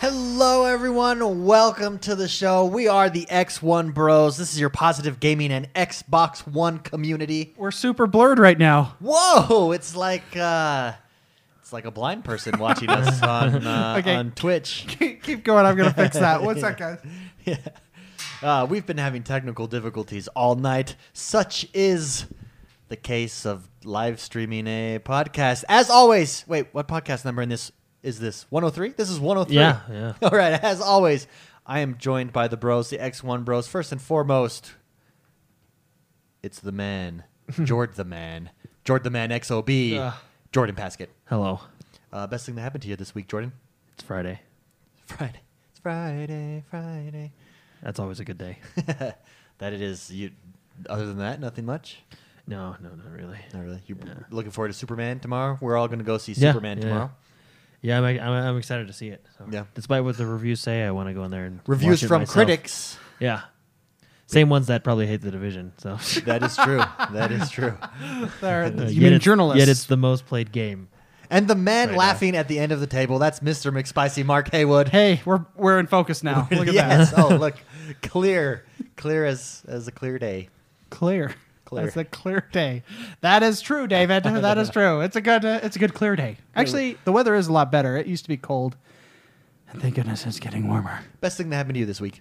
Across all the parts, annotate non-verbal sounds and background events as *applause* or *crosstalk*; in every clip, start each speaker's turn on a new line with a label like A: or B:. A: Hello, everyone. Welcome to the show. We are the X1 Bros. This is your positive gaming and Xbox One community.
B: We're super blurred right now.
A: Whoa! It's like uh, it's like a blind person watching us on uh,
B: Okay.
A: on Twitch.
B: *laughs* Keep going. I'm gonna fix that. *laughs* One sec, guys.
A: *laughs* Yeah. Uh, we've been having technical difficulties all night. Such is the case of live streaming a podcast. As always, wait, what podcast number in this is this? 103? This is 103. *laughs*
C: Yeah, yeah.
A: All right, as always, I am joined by the bros, the X1 bros. First and foremost, it's the
C: *laughs*
A: man, Jord the man, Jord the man XOB,
C: Ugh.
A: Jordan Paskett.
C: Hello.
A: Uh, best thing that happened to you this week, Jordan?
C: It's Friday.
A: Friday. It's Friday, Friday.
C: That's always a good day.
A: *laughs* that it is. You, other than that, nothing much.
C: No, no, not really.
A: Not really. You
C: Yeah.
A: looking forward to Superman tomorrow? We're all going to go see
C: Yeah,
A: Superman
C: yeah.
A: tomorrow.
C: Yeah, I'm, I'm, I'm excited to see it. So.
A: Yeah.
C: Despite what the reviews say, I want to go in there and
A: Reviews
C: watch it
A: from
C: myself.
A: critics.
C: Yeah. Same ones that probably hate the division.
A: *laughs*
C: So *laughs*
A: that is
B: *laughs*
A: true. That is true.
B: There,
C: Uh,
B: you
C: yet
B: mean
C: it's-
B: journalists?
C: Yet it's the most played game.
A: And the man
C: Right now.
A: laughing at the end of the table. That's Mr. McSpicy, Mark Haywood.
B: hey, we're we're in
A: *laughs*
B: focus now. Look at
A: yes.
B: that.
A: Oh, look,
B: *laughs*
A: clear, clear as as a clear day.
B: Clear.
A: Clear.
B: It's a clear day. That is
A: *laughs*
B: true, David. That is true. It's a good. Uh, it's a good clear day. Actually, the weather is a lot better. It used to be cold, and thank goodness it's getting warmer.
A: Best thing that happened to you this week.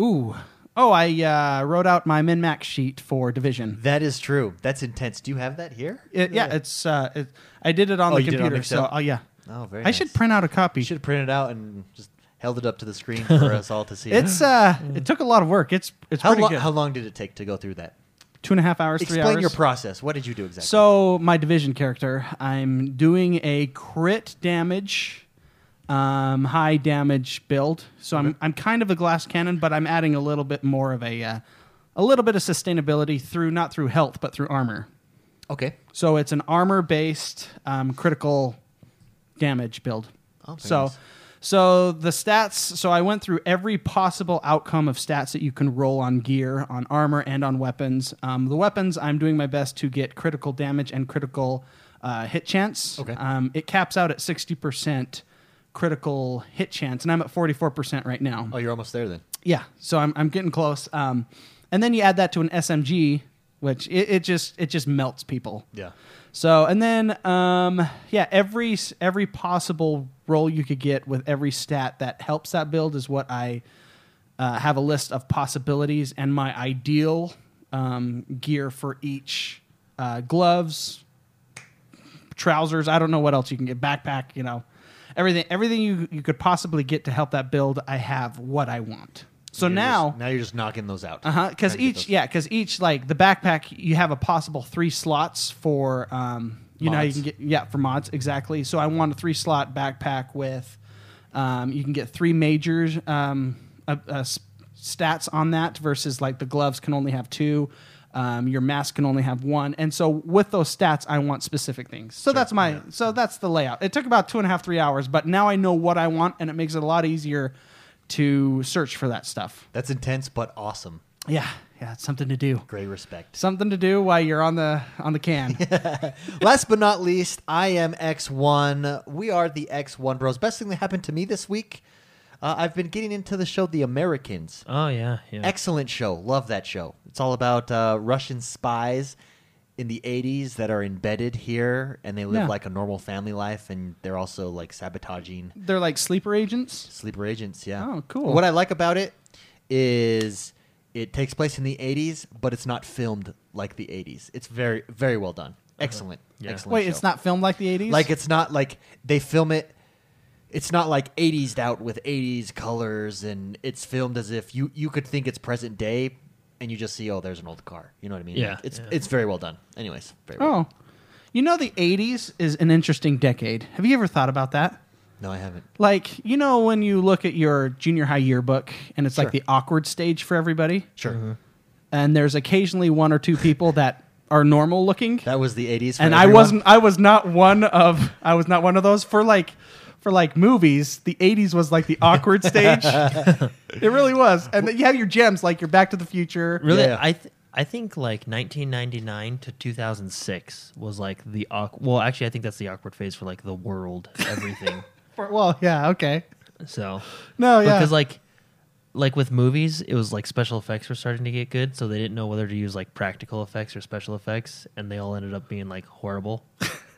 B: Ooh. Oh, I uh, wrote out my min max sheet for division.
A: That is true. That's intense. Do you have that here?
B: It, yeah, it's. Uh, it, I did it on
A: Oh,
B: the
A: you did it on
B: computer. so,
A: Excel.
B: oh yeah.
A: Oh, very.
B: I should
A: nice.
B: print out a copy.
A: You should print it out and just held it up to the screen
B: *laughs*
A: for us all to see.
B: It's uh, it took a lot of work. It's it's
A: how
B: pretty
A: long?
B: good.
A: How long did it take to go through that?
B: Two and a half hours, three
A: Explain
B: hours.
A: your process. What did you do exactly?
B: so my division character, I'm doing a crit damage, um, high damage build. So I'm I'm kind of a glass cannon, but I'm adding a little bit more of a uh, a little bit of sustainability through not through health but through armor.
A: okay.
B: So it's an armor based um, critical damage build.
A: Oh, very
B: so,
A: nice.
B: so the stats. So I went through every possible outcome of stats that you can roll on gear, on armor, and on weapons. Um, the weapons, I'm doing my best to get critical damage and critical uh, hit chance.
A: Okay.
B: Um, it caps out at sixty percent critical hit chance, and I'm at forty four percent right now.
A: Oh, you're almost there then.
B: Yeah, so I'm, I'm getting close. Um, and then you add that to an SMG, which it, it just it just melts people.
A: Yeah.
B: So and then um, yeah, every s- every possible role you could get with every stat that helps that build is what I uh, have a list of possibilities and my ideal um, gear for each uh, gloves, trousers. I don't know what else you can get. Backpack, you know, everything everything you you could possibly get to help that build. I have what I want. So
A: You're
B: now
A: just- now you're just knocking those out.
B: uh huh.
A: Trying
B: Because
A: to get
B: each,
A: those-
B: yeah, because each like the backpack, you have a possible three slots for, um, you know, how you
A: Mods.
B: can get yeah for mods exactly. So I want a three slot backpack with, um, you can get three majors um, uh, uh, s- stats on that versus like the gloves can only have two. Um, your mask can only have one, and so with those stats, I want specific things. So that's my so that's the layout. It took about two and a half three hours, but now I know what I want, and it makes it a lot easier to search for that stuff.
A: That's intense but awesome.
B: Yeah, yeah, it's something to do.
A: Great
B: *laughs*
A: respect.
B: Something to do while you're on the on
A: *laughs*
B: the can.
A: Last but not least, I am X1. We are the X1 Bros. Best thing that happened to me this week. Uh, I've been getting into the show The Americans.
C: Oh yeah, yeah.
A: Excellent show. Love that show. It's all about uh, Russian spies in the 80s that are embedded here and they live
B: Yeah.
A: like a normal family life and they're also like sabotaging
B: They're like sleeper agents.
A: Sleeper Agents, yeah.
B: Oh, cool.
A: What I like about it is it takes place in the 80s, but it's not filmed like the 80s. It's very, very well done. Excellent.
C: Yeah.
A: Excellent.
B: Wait,
A: show.
B: it's not filmed like the 80s?
A: Like, it's not like they film it. It's not like 80s out with 80s colors, and it's filmed as if you, you could think it's present day, and you just see, oh, there's an old car. You know what I mean?
C: Yeah,
A: Like, it's
C: yeah.
A: it's very well done. Anyways, very well.
B: Oh. You know the 80s is an interesting decade. Have you ever thought about that?
A: No, I haven't.
B: Like, you know when you look at your junior high yearbook and it's
A: Sure.
B: like the awkward stage for everybody
A: Sure.
B: and there's occasionally one or two people that are normal looking.
A: That was the 80s. For
B: and I
A: everyone.
B: wasn't I was not one of I was not one of those for like for like movies the 80s was like the
C: *laughs*
B: awkward stage it really was and then you have your gems like your back to the future
C: really,
A: Yeah.
C: I th- I think like 1999 to 2006 was like the
A: *laughs*
C: awkward. Well, actually, I think that's the awkward phase for like the world, everything.
B: For- well yeah okay
C: So
B: No, yeah.
C: because like like with movies, it was like special effects were starting to get good, so they didn't know whether to use like practical effects or special effects, and they all ended up being like horrible.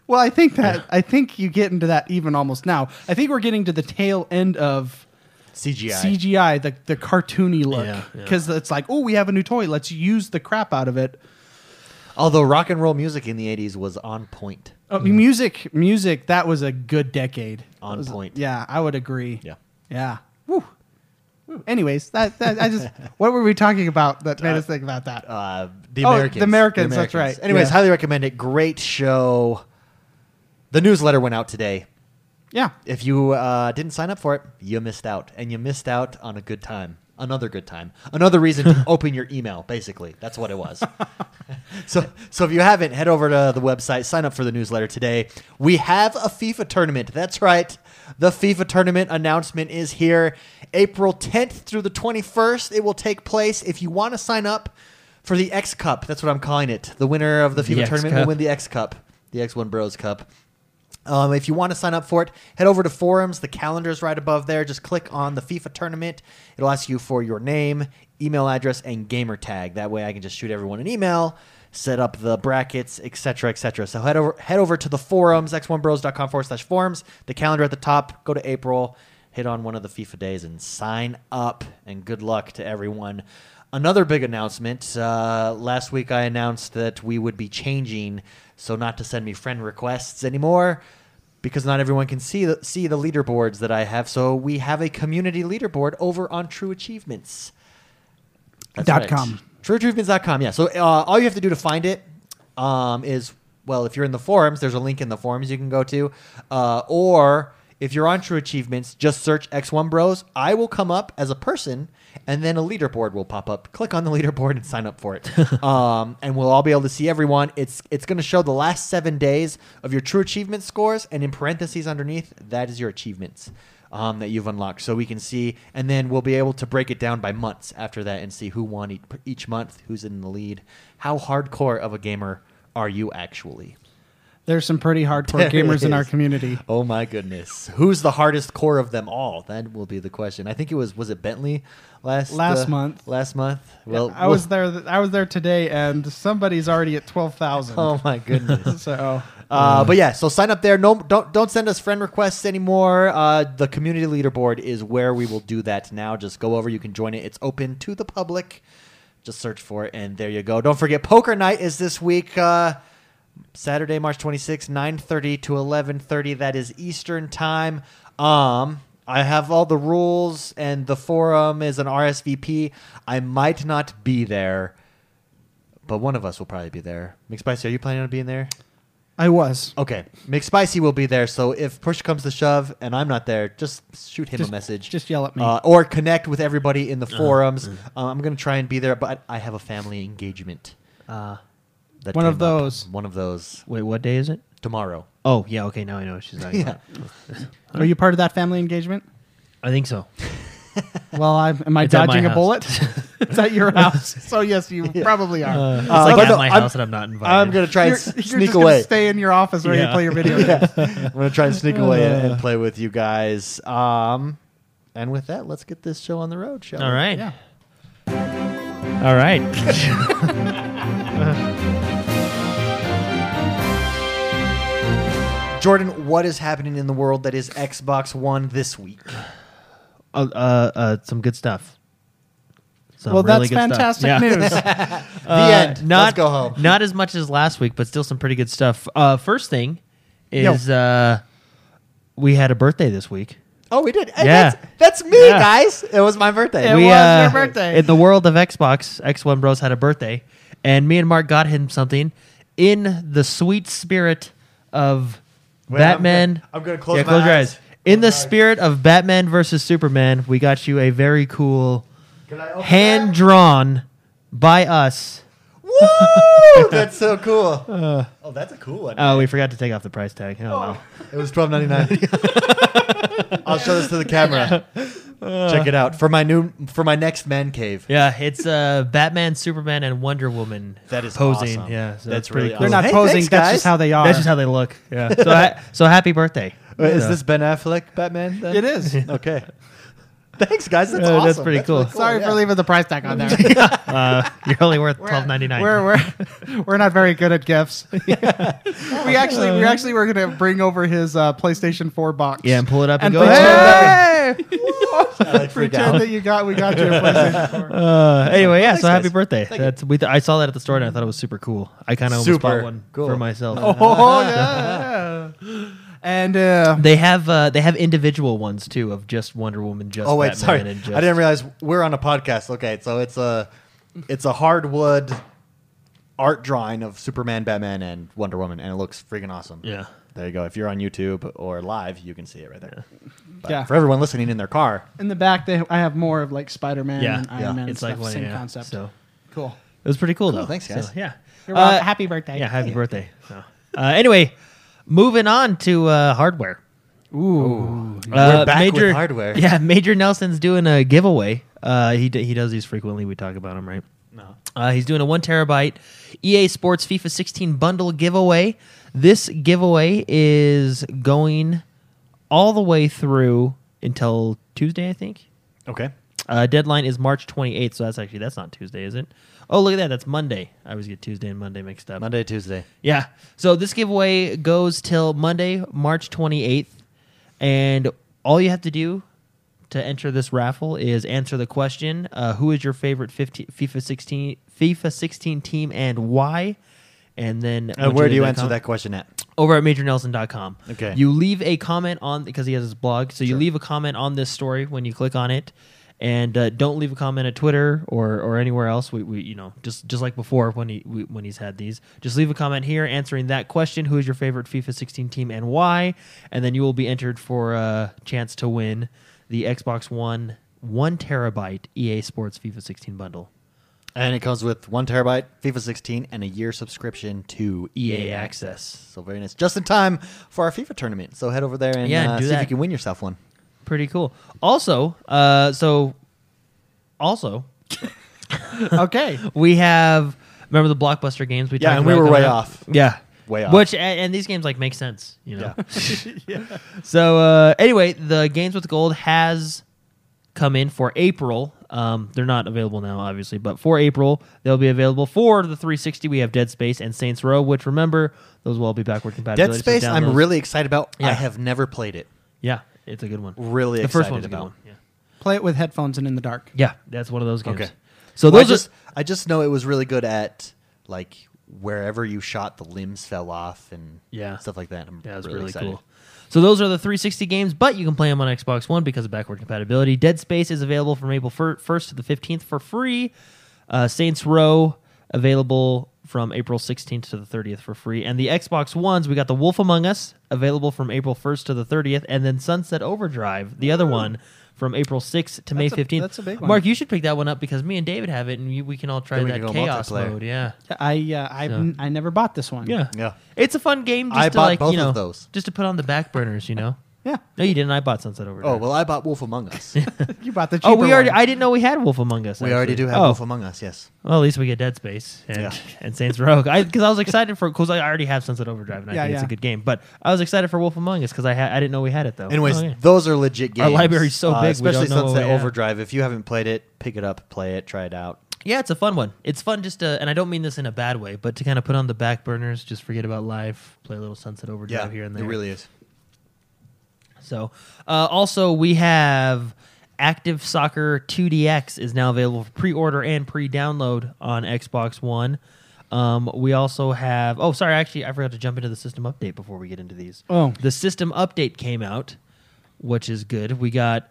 B: Well, I think that I think you get into that even almost now. I think we're getting to the tail end of
A: CGI.
B: CGI, the the cartoony
C: Yeah,
B: look,
C: yeah.
B: because it's like, oh, we have a new toy. Let's use the crap out of it.
A: Although rock and roll music in the 80s was on point.
B: Uh,
C: Mm-hmm.
B: Music, music. That was a good decade.
A: On
B: That was-
A: point.
B: Yeah, I would agree.
A: Yeah.
B: yeah. Woo. Woo. Anyways, that, that I *laughs* just what were we talking about that made us think about that?
A: Uh, the
B: Oh,
A: Americans.
B: The Americans, that's right.
A: Anyways,
B: Yeah.
A: highly recommend it. Great show. The newsletter went out today.
B: yeah,
A: If you uh, didn't sign up for it, you missed out. And you missed out on a good time. Another good time. Another reason
C: *laughs*
A: to open your email, basically. That's what it was. *laughs* so, so if you haven't, head over to the website, sign up for the newsletter today. We have a FIFA tournament. That's right. The FIFA tournament announcement is here April 10th through the 21st. It will take place. If you want to sign up for the X Cup, that's what I'm calling it. The winner of the
C: The
A: FIFA
C: X
A: tournament
C: Cup.
A: will win the X Cup, the X1 Bros Cup. Um, if you want to sign up for it, head over to forums. The calendar's right above there. Just click on the FIFA tournament. It'll ask you for your name, email address, and gamer tag. That way, I can just shoot everyone an email, set up the brackets, etc., etc. So head over head over to the forums, x1bros.com forward slash forums. The calendar at the top. Go to April. Hit on one of the FIFA days and sign up. And good luck to everyone. Another big announcement. Uh, last week, I announced that we would be changing, so not to send me friend requests anymore, because not everyone can see the, see the leaderboards that I have. So we have a community leaderboard over on True Achievements.
B: Dot com.
A: TrueAchievements.com. Yeah. So uh, all you have to do to find it um, is well, if you're in the forums, there's a link in the forums you can go to, uh, or if you're on True Achievements, just search X1 Bros. I will come up as a person, and then a leaderboard will pop up. Click on the leaderboard and sign up for it, um, and we'll all be able to see everyone. It's it's going to show the last seven days of your True Achievement scores, and in parentheses underneath, that is your achievements um, that you've unlocked, so we can see, and then we'll be able to break it down by months after that and see who won each, each month, who's in the lead, how hardcore of a gamer are you actually?
B: there's some pretty hardcore
A: There
B: gamers
A: is.
B: in our community.
A: Oh my goodness, who's the hardest core of them all? That will be the question. I think it was was it Bentley last
B: Last
A: uh,
B: month.
A: Last month. Well,
B: I was there. I was there today, and somebody's already at twelve
A: *laughs*
B: thousand.
A: Oh my goodness.
B: So
A: Uh, but yeah, so sign up there. No, don't don't send us friend requests anymore. Uh, the community leaderboard is where we will do that now. Just go over. You can join it. It's open to the public. Just search for it, and there you go. Don't forget, poker night is this week. Uh, Saturday, March 26th, 9:30 to 11:30. That is Eastern time. Um, I have all the rules, and the forum is an RSVP. I might not be there, but one of us will probably be there. McSpicy, are you planning on being there?
B: I was.
A: Okay, McSpicy will be there. So if push comes to shove and I'm not there, just shoot him
B: Just-
A: a message.
B: just yell at me.
A: uh, or connect with everybody in the
C: Uh-huh.
A: forums.
C: Mm.
A: Uh, I'm gonna try and be there, but I have a family engagement.
C: Uh,
A: that
B: One of
A: came up.
B: those.
A: One of those
C: wait, what day is it?
A: tomorrow.
C: Oh yeah, okay, now I know what she's talking
A: Yeah.
C: about.
B: Are you part of that family engagement?
C: I think so.
B: Well, I'm, am I
C: It's at my
B: dodging a
C: house.
B: bullet?
C: *laughs*
B: it's at your house, so yes, you probably are.
C: It's
A: Uh,
C: like
A: but
C: at
A: no,
C: my
A: I'm-
C: house and I'm not invited.
A: I'm gonna try
B: you're,
A: and
B: you're
A: sneak
B: just gonna
A: away.
B: stay in your office where you
C: Yeah.
B: play your *laughs* video
A: Yeah.
B: games.
A: *laughs* I'm gonna try and sneak away and,
B: *laughs*
A: and play with you guys. Um, and with that, let's get this show on the road, shall we?
C: All right.
B: Yeah.
C: All right.
A: Jordan, what is happening in the world that is Xbox One this week?
C: uh, uh, uh, some good stuff. Some
B: Well,
C: really
B: that's
C: good stuff.
B: fantastic *laughs*
C: Yeah.
B: news.
A: The
C: Uh,
A: end.
C: Not,
A: let's go home.
C: Not as much as last week, but still some pretty good stuff. Uh, first thing
B: Yo.
C: is uh, we had a birthday this week.
A: Oh, we did. Hey,
C: Yeah.
A: that's, that's me,
C: Yeah.
A: guys. It was my birthday.
B: It
C: we,
B: was
C: uh,
B: your birthday.
C: In the world of Xbox, X1 Bros had a birthday, and me and Mark got him something in the sweet spirit of
A: Wait, I'm
C: Batman.
A: gonna- I'm gonna close
C: yeah,
A: my
C: close your
A: eyes.
C: eyes. In the spirit of Batman versus Superman, we got you a very cool
A: Can I open
C: hand
A: that?
C: drawn by us. *laughs*
A: Woo! That's so cool. oh, that's a cool one.
C: Oh, we forgot to take off the price tag. Oh, well.
A: It was twelve ninety
C: *laughs*
A: nine. I'll show this to the camera.
C: Uh.
A: Check it out for my new for my next man cave.
C: Yeah, it's uh, Batman, Superman, and Wonder Woman.
A: That is
C: posing.
A: awesome.
C: Yeah, so
A: That's
C: that's pretty
A: really
C: cool.
B: They're not
A: Hey,
B: posing.
A: thanks,
B: that's
A: guys.
B: just how they are.
C: That's just how they look. Yeah. so, ha- so happy birthday.
A: Wait, Uh, is
C: Yeah.
A: this Ben Affleck Batman? Then?
B: It
C: *laughs*
B: is.
A: Okay. *laughs* Thanks, guys. That's
C: Yeah,
A: awesome.
C: that's pretty cool.
B: Sorry
A: yeah.
B: for leaving the price tag on *laughs* there.
C: Uh, you're only worth twelve ninety nine.
B: We're, we're, *laughs* we're not very good at gifts. *laughs* we actually we actually were gonna bring over his uh, PlayStation 4 box.
C: Yeah, and pull it up
B: and
C: and, go.
B: pretend,
C: *laughs*
A: I freaked
B: pretend
A: out.
B: that you got we got you a
C: *laughs*
B: PlayStation 4.
C: Uh, anyway, yeah.
A: Thanks,
C: so happy
A: guys.
C: birthday.
A: Thank you.
C: That's we. Th- I saw that at the store and I thought it was super cool. I kind of almost
A: Super
C: bought one
A: cool.
C: for myself.
B: Oh yeah. And uh,
C: *laughs* They have uh, they have individual ones too of just Wonder Woman, just
A: Oh wait,
C: Batman,
A: sorry.
C: and just
A: I didn't realize we're on a podcast. Okay, so it's a it's a hardwood art drawing of Superman, Batman, and Wonder Woman, and it looks freaking awesome.
C: Yeah.
A: There you go. If you're on YouTube or live, you can see it right there. But
B: Yeah.
A: For everyone listening in their car,
B: in the back, they I have more of like Spider Man
C: Yeah,
B: and Iron
A: yeah.
B: Man. and
C: It's like
B: stuff,
C: one,
B: same
C: yeah,
B: concept.
C: So
B: Cool.
C: it was pretty cool, though.
A: thanks,
C: So,
A: guys.
C: yeah.
B: You're
C: Uh,
B: welcome. happy birthday.
C: Yeah, happy birthday. So, uh, anyway, moving on to uh, hardware.
B: Ooh.
C: Uh,
A: we're back
C: Major,
A: with hardware.
C: Yeah, Major Nelson's doing a giveaway. Uh, he d- he does these frequently. We talk about him, right?
A: No.
C: Uh, he's doing a one terabyte EA Sports FIFA 16 bundle giveaway. This giveaway is going all the way through until Tuesday, I think.
A: Okay.
C: Uh, deadline is March 28th, so that's actually that's not Tuesday, is it? Oh, look at that, that's Monday. I always get Tuesday and Monday mixed up.
A: Monday, Tuesday.
C: Yeah. So this giveaway goes till Monday, March 28th. And all you have to do to enter this raffle is answer the question uh, Who is your favorite 15, FIFA 16 FIFA 16 team and why? And then
A: Uh,
C: once
A: where do you
C: leave
A: answer
C: comment-
A: that question at?
C: over at majornelson.com.
A: Okay.
C: You leave a comment on because he has his blog, so you
A: Sure.
C: leave a comment on this story when you click on it, and uh, don't leave a comment at Twitter or or anywhere else. We, we you know just just like before when he we, when he's had these, just leave a comment here answering that question: Who is your favorite FIFA 16 team and why? And then you will be entered for a chance to win the Xbox One one terabyte EA Sports FIFA 16 bundle.
A: And it comes with one terabyte, FIFA 16, and a year subscription to EA
C: EA
A: Access.
C: Access.
A: So very nice. Just in time for our FIFA tournament. So head over there and
C: Yeah,
A: uh,
C: do
A: see if
C: that.
A: you can win yourself one.
C: Pretty cool. Also, uh, so also
B: *laughs* okay.
C: We have remember the blockbuster games we
A: Yeah,
C: talked
A: and we
C: about
A: were way
C: coming up?
A: off.
C: Yeah,
A: Way off.
C: Which a- and these games like make sense, you know. *laughs*
A: *laughs*
C: So uh, anyway, the games with gold has come in for April. Um, they're not available now, obviously, but for April they'll be available for the 360. We have Dead Space and Saints Row, which remember those will all be backward compatible.
A: Dead Space, I'm really excited about. I
C: Yeah.
A: have never played it.
C: yeah, it's a good one.
A: Really
C: the first
A: excited
C: one's a
A: about.
C: good one. Yeah.
B: Play it with headphones and in the dark.
C: yeah, that's one of those games.
A: Okay.
C: So
A: Well,
C: those
A: I just I just know it was really good at like wherever you shot, the limbs fell off and
C: Yeah.
A: stuff like that. I'm
C: Yeah, it's
A: really,
C: really,
A: excited.
C: cool. So those are the 360 games, but you can play them on Xbox One because of backward compatibility. Dead Space is available from April fir- 1st to the 15th for free. Uh, Saints Row available from April 16th to the 30th for free. And the Xbox Ones, we got The Wolf Among Us available from April 1st to the 30th, and then Sunset Overdrive, the other one, from April 6th to May
B: That's a-
C: 15th.
B: that's a big one.
C: Mark, you should pick that one up because me and David have it, and you, we can all try
A: Then we
C: that
A: can go
C: chaos
A: multiplayer. Mm,
C: mode. Yeah.
B: I uh, I
C: So-
B: I never bought this one.
C: Yeah.
A: Yeah.
C: It's a fun game just
A: I
C: to
A: bought
C: like,
A: both
C: you know,
A: of those.
C: just to put on the back burners,
A: *laughs*
C: you know.
B: Yeah. *laughs*
C: No, you didn't. I bought Sunset Overdrive.
A: Oh well, I bought Wolf Among
C: *laughs*
A: Us.
B: You bought the cheaper
C: Oh, we already.
B: one.
C: I didn't know we had Wolf Among Us.
A: we already
C: actually.
A: do have
C: oh.
A: Wolf Among Us. Yes.
C: Well, at least we get Dead Space and
A: Yeah.
C: *laughs* and Saints Row. I because I was excited for because I already have Sunset Overdrive and I
B: Yeah,
C: think it's
B: yeah.
C: a good game. But I was excited for Wolf Among Us because I had I didn't know we had it though.
A: Anyways,
C: Oh, yeah.
A: those are legit games. Uh,
C: Our library's so big, we
A: especially
C: don't know
A: Sunset
C: what we have.
A: Overdrive. If you haven't played it, pick it up, play it, try it out.
C: yeah, it's a fun one. It's fun just to and I don't mean this in a bad way, but to kind of put on the back burners, just forget about life, play a little Sunset Overdrive here and there.
A: it really is.
C: So, uh, also we have Active Soccer 2DX is now available for pre-order and pre-download on Xbox One. Um, we also have. Oh, sorry, actually, I forgot to jump into the system update before we get into these.
B: Oh.
C: the system update came out, which is good. We got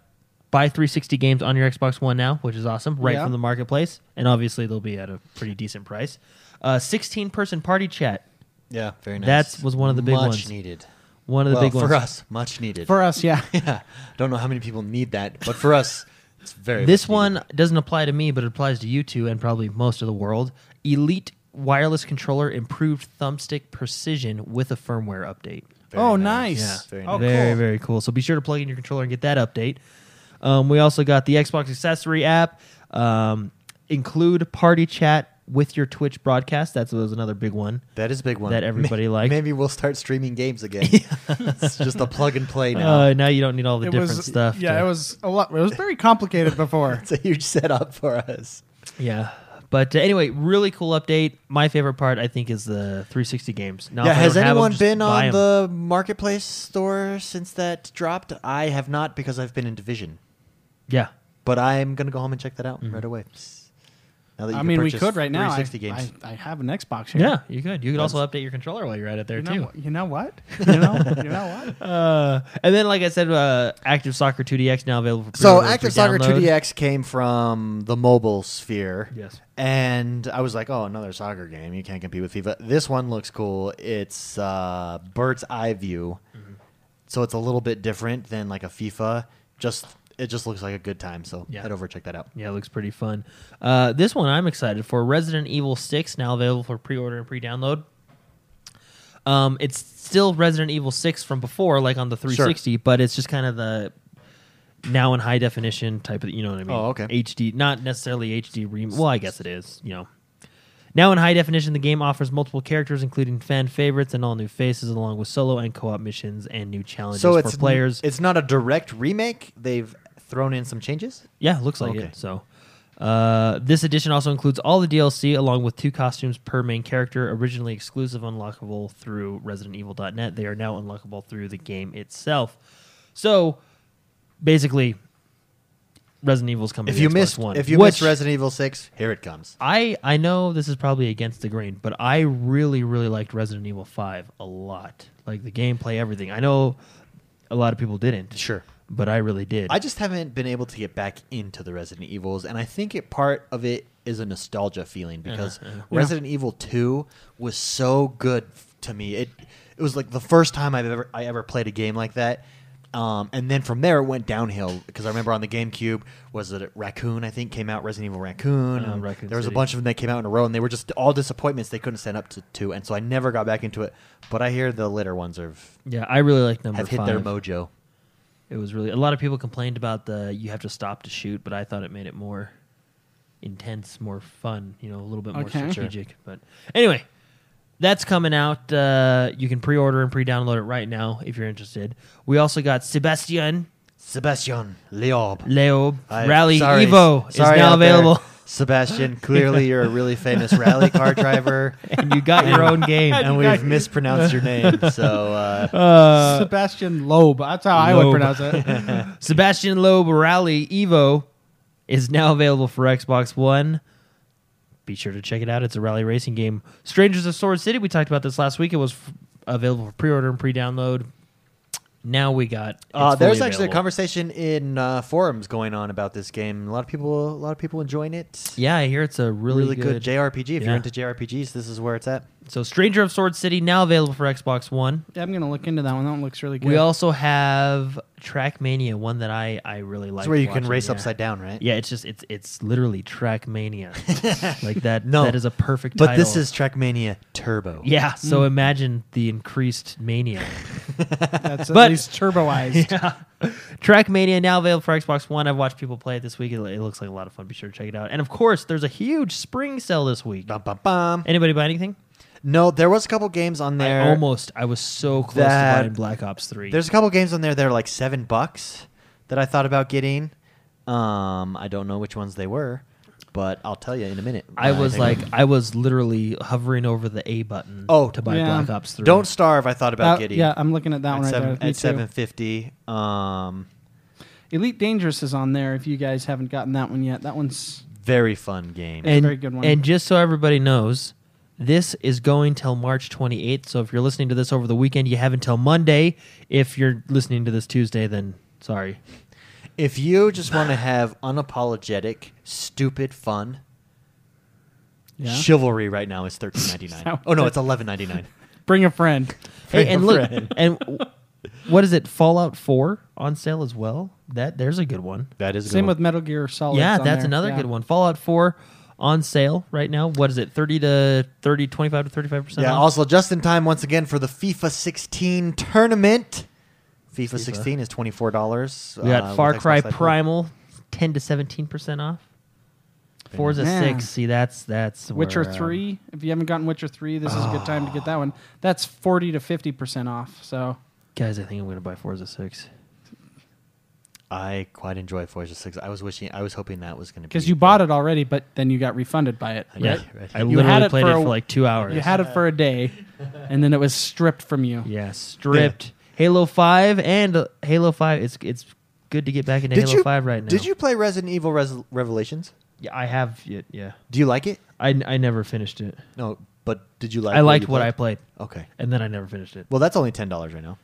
C: buy 360 games on your Xbox One now, which is awesome, right
B: Yeah.
C: from the marketplace, and obviously they'll be at a pretty decent price. Uh, 16 person party chat,
A: Yeah, very nice.
C: That's- was one of the big
A: much
C: ones.
A: needed.
C: one of the
A: well,
C: big
A: for
C: ones
A: us, much needed.
B: for us. Yeah.
A: yeah, *laughs* don't know how many people need that, but for us, it's very.
C: This
A: much needed.
C: one doesn't apply to me, but it applies to you two and probably most of the world. Elite wireless controller improved thumbstick precision with a firmware update.
A: Very
B: oh,
A: nice.
B: nice.
A: Yeah, very
B: oh,
A: nice.
C: very,
B: cool.
C: very cool. So be sure to plug in your controller and get that update. Um, we also got the Xbox accessory app, um, include party chat with your Twitch broadcast. That's was another big one.
A: That is a big one
C: That everybody
A: May-
C: liked.
A: Maybe we'll start streaming games
C: *laughs*
A: again. it's just a plug and play now.
C: Uh, now you don't need all the different
B: was,
C: stuff.
B: Yeah,
C: to-
B: it was a lot. It was very complicated
C: *laughs*
B: before.
A: it's a huge setup for us.
C: Yeah. But uh, anyway, really cool update. My favorite part, I think, is the 360 games. Now,
A: yeah,
C: if I
A: has
C: don't have 'em,
A: anyone
C: just
A: been
C: buy
A: on
C: 'em.
A: the marketplace store since that dropped? I have not because I've been in division,
C: Yeah,
A: but I'm gonna go home and check that
C: Mm-hmm.
A: out right away. Now that you
B: I
A: can
B: mean, we
A: purchase
B: could right now. I,
A: 360 games.
B: I, I have an Xbox here.
C: yeah, you could. You could also update your controller while you're at it there
B: You
C: too.
B: know, you know what?
C: *laughs*
B: You know, you know what?
C: Uh, and then, like I said, uh, Active Soccer 2DX now available. For
A: so,
C: pre-order through
A: Active Soccer
C: download.
A: 2DX came from the mobile sphere.
C: Yes.
A: And I was like, oh, another soccer game. You can't compete with FIFA. This one looks cool. It's uh, bird's eye view.
C: Mm-hmm.
A: So it's a little bit different than like a FIFA. Just It just looks like a good time. So
C: Yeah.
A: head over and check that out.
C: Yeah, it looks pretty fun. Uh, this one I'm excited for. Resident Evil 6 now available for pre-order and pre-download. Um, it's still Resident Evil 6 from before, like on the 360, but it's just kind of the now in high definition type of you know what I mean?
A: Oh, okay.
C: HD, not necessarily HD. Re- well, I guess it is. You know. Now in high definition, the game offers multiple characters, including fan favorites and all new faces, along with solo and co-op missions and new challenges
A: so
C: for
A: it's
C: players.
A: It's not a direct remake. They've thrown in some changes.
C: Yeah, it looks like
A: Okay.
C: it. So, uh, this edition also includes all the DLC along with two costumes per main character, originally exclusive unlockable through ResidentEvil.net. They are now unlockable through the game itself. So, basically, Resident Evil's coming.
A: If
C: to
A: you
C: Xbox
A: missed
C: One,
A: if you
C: which
A: missed Resident Evil Six, here it comes.
C: I I know this is probably against the grain, but I really really liked Resident Evil Five a lot. Like the gameplay, everything. I know a lot of people didn't.
A: Sure.
C: But I really did.
A: I just haven't been able to get back into the Resident Evils, and I think it part of it is a nostalgia feeling
C: Uh-huh,
A: because Resident Evil Two was so good f- to me. It it was like the first time I've ever I ever played a game like that. Um, and then from there it went downhill because I remember on the GameCube was it Raccoon I think came out Resident Evil Raccoon.
C: Uh,
A: and
C: Raccoon
A: there was
C: City.
A: a bunch of them that came out in a row and they were just all disappointments they couldn't stand up to, to and so I never got back into it. But I hear the later ones are,
C: yeah, I really liked number
A: have hit
C: five.
A: their mojo.
C: It was really a lot of people complained about the you have to stop to shoot, but I thought it made it more intense, more fun, you know, a little bit more
B: Okay. Sure.
C: strategic. But anyway, that's coming out. Uh, you can pre-order and pre-download it right now if you're interested. We also got Sebastian
A: Sebastian Leob.
C: Leo
A: I-
C: Rally
A: sorry,
C: Evo
A: sorry
C: is now
A: out there,
C: available,
A: *laughs* Sebastian, clearly you're a really famous rally
C: *laughs*
A: car driver,
C: and you got
A: *laughs*
C: your own game.
A: and we've mispronounced your *laughs* name. So uh,
C: *laughs* Uh,
B: Sebastian Loeb. That's how I
C: Loeb.
B: would pronounce
C: *laughs*
B: it.
C: Sebastian Loeb Rally Evo is now available for Xbox One. Be sure to check it out. It's a rally racing game. Strangers of Sword City, we talked about this last week. It was f- available for pre order and pre download. Now we got. it's
A: uh,
C: fully
A: there's actually a
C: available.
A: conversation in uh, forums going on about this game. A lot of people, a lot of people enjoying it.
C: Yeah, I hear it's a really,
A: Really, good. JRPG. If
C: Yeah.
A: you're into JRPGs, this is where it's at.
C: so, Stranger of Sword City now available for Xbox One.
B: Yeah, I'm gonna look into that one. That one looks really good.
C: We also have Trackmania, one that I I really like.
A: It's where you can
C: watching,
A: race
C: yeah.
A: upside down, right?
C: Yeah, it's just it's it's
A: *laughs*
C: literally Trackmania, like that.
A: No,
C: that is a perfect.
A: But this
C: title.
A: is Trackmania Turbo.
C: Yeah, so imagine the increased mania.
B: That's at
C: *laughs* But-
B: least turboized.
C: *laughs* Trackmania now available for Xbox One. I've watched people play it this week. It, it looks like a lot of fun. Be sure to check it out. And of course, there's a huge spring sale this week.
A: Bum, bum, bum.
C: Anybody buy anything?
A: No, there was a couple games on there.
C: I almost. I was so close
A: That-
C: to buying Black Ops Three.
A: There's a couple games on there that are like seven bucks that I thought about getting. Um, I don't know which ones they were, but I'll tell you in a minute.
C: I
A: when
C: was
A: think
C: like,
A: of them.
C: I was literally hovering over the A button.
A: Oh,
C: to buy
B: Yeah.
C: Black Ops Three.
A: don't starve. I thought about
B: That-
A: getting
B: yeah, I'm looking at that
A: at
B: one right
A: seven
B: there.
A: at
B: Me too.
A: seven fifty. Um,
B: Elite Dangerous is on there. If you guys haven't gotten that one yet, that one's
A: very fun game.
B: It's a very good one.
C: And just so everybody knows, this is going till March 28th. So if you're listening to this over the weekend, you have until Monday. If you're listening to this Tuesday, then sorry.
A: if you just
C: *laughs*
A: want to have unapologetic, stupid fun,
B: yeah.
A: Chivalry right now is thirteen ninety
B: *laughs*
A: nine.
B: Sound-
A: Oh no, it's eleven ninety nine.
B: Bring a friend.
C: Hey, and look,
A: Friend.
C: *laughs* and w- what is it? Fallout 4 on sale as well. That there's a good one.
A: That is a good
B: Same
A: one.
B: with Metal Gear Solid.
C: yeah, that's another good one. Fallout 4 on sale right now. What is it? 30 to 30, 25 to 35 percent.
A: Yeah, also just in time once again for the FIFA 16 tournament. FIFA, 16 is $24.
C: we got
A: uh,
C: Far
A: with Xbox
C: Cry
A: Live Gold.
C: Primal, 10 to 17 percent off.
A: opinion.
C: Forza
B: Yeah.
C: Six. See, that's that's
B: Witcher
C: where, um,
B: Three. If you haven't gotten Witcher Three, this is a good time to get that
A: *sighs*
B: one. That's forty to fifty percent off. So
C: guys. I think I'm gonna buy Forza Six.
A: I quite enjoy Forza Six. I was wishing, I was hoping that was going to be
B: because you bought it already, but then you got refunded by it.
A: Yeah.
B: right?
A: right.
C: I
A: You
C: literally
B: had it
C: played
B: for
C: it
B: a-
C: for like two hours.
B: You had it for a
C: *laughs*
B: day, and then it was stripped from you.
C: yeah, stripped Halo Five and uh, Halo Five. It's it's good to get back into
A: Did
C: Halo
A: you-
C: Five right now.
A: Did you play Resident Evil Res- Revelations?
C: Yeah, I have it. Yeah,
A: Do you like it?
C: I, I never finished it.
A: No, but did you like?
C: I liked
A: you
C: what I played,
A: Okay.
C: and then I never finished it,
A: Well, that's only ten dollars right now.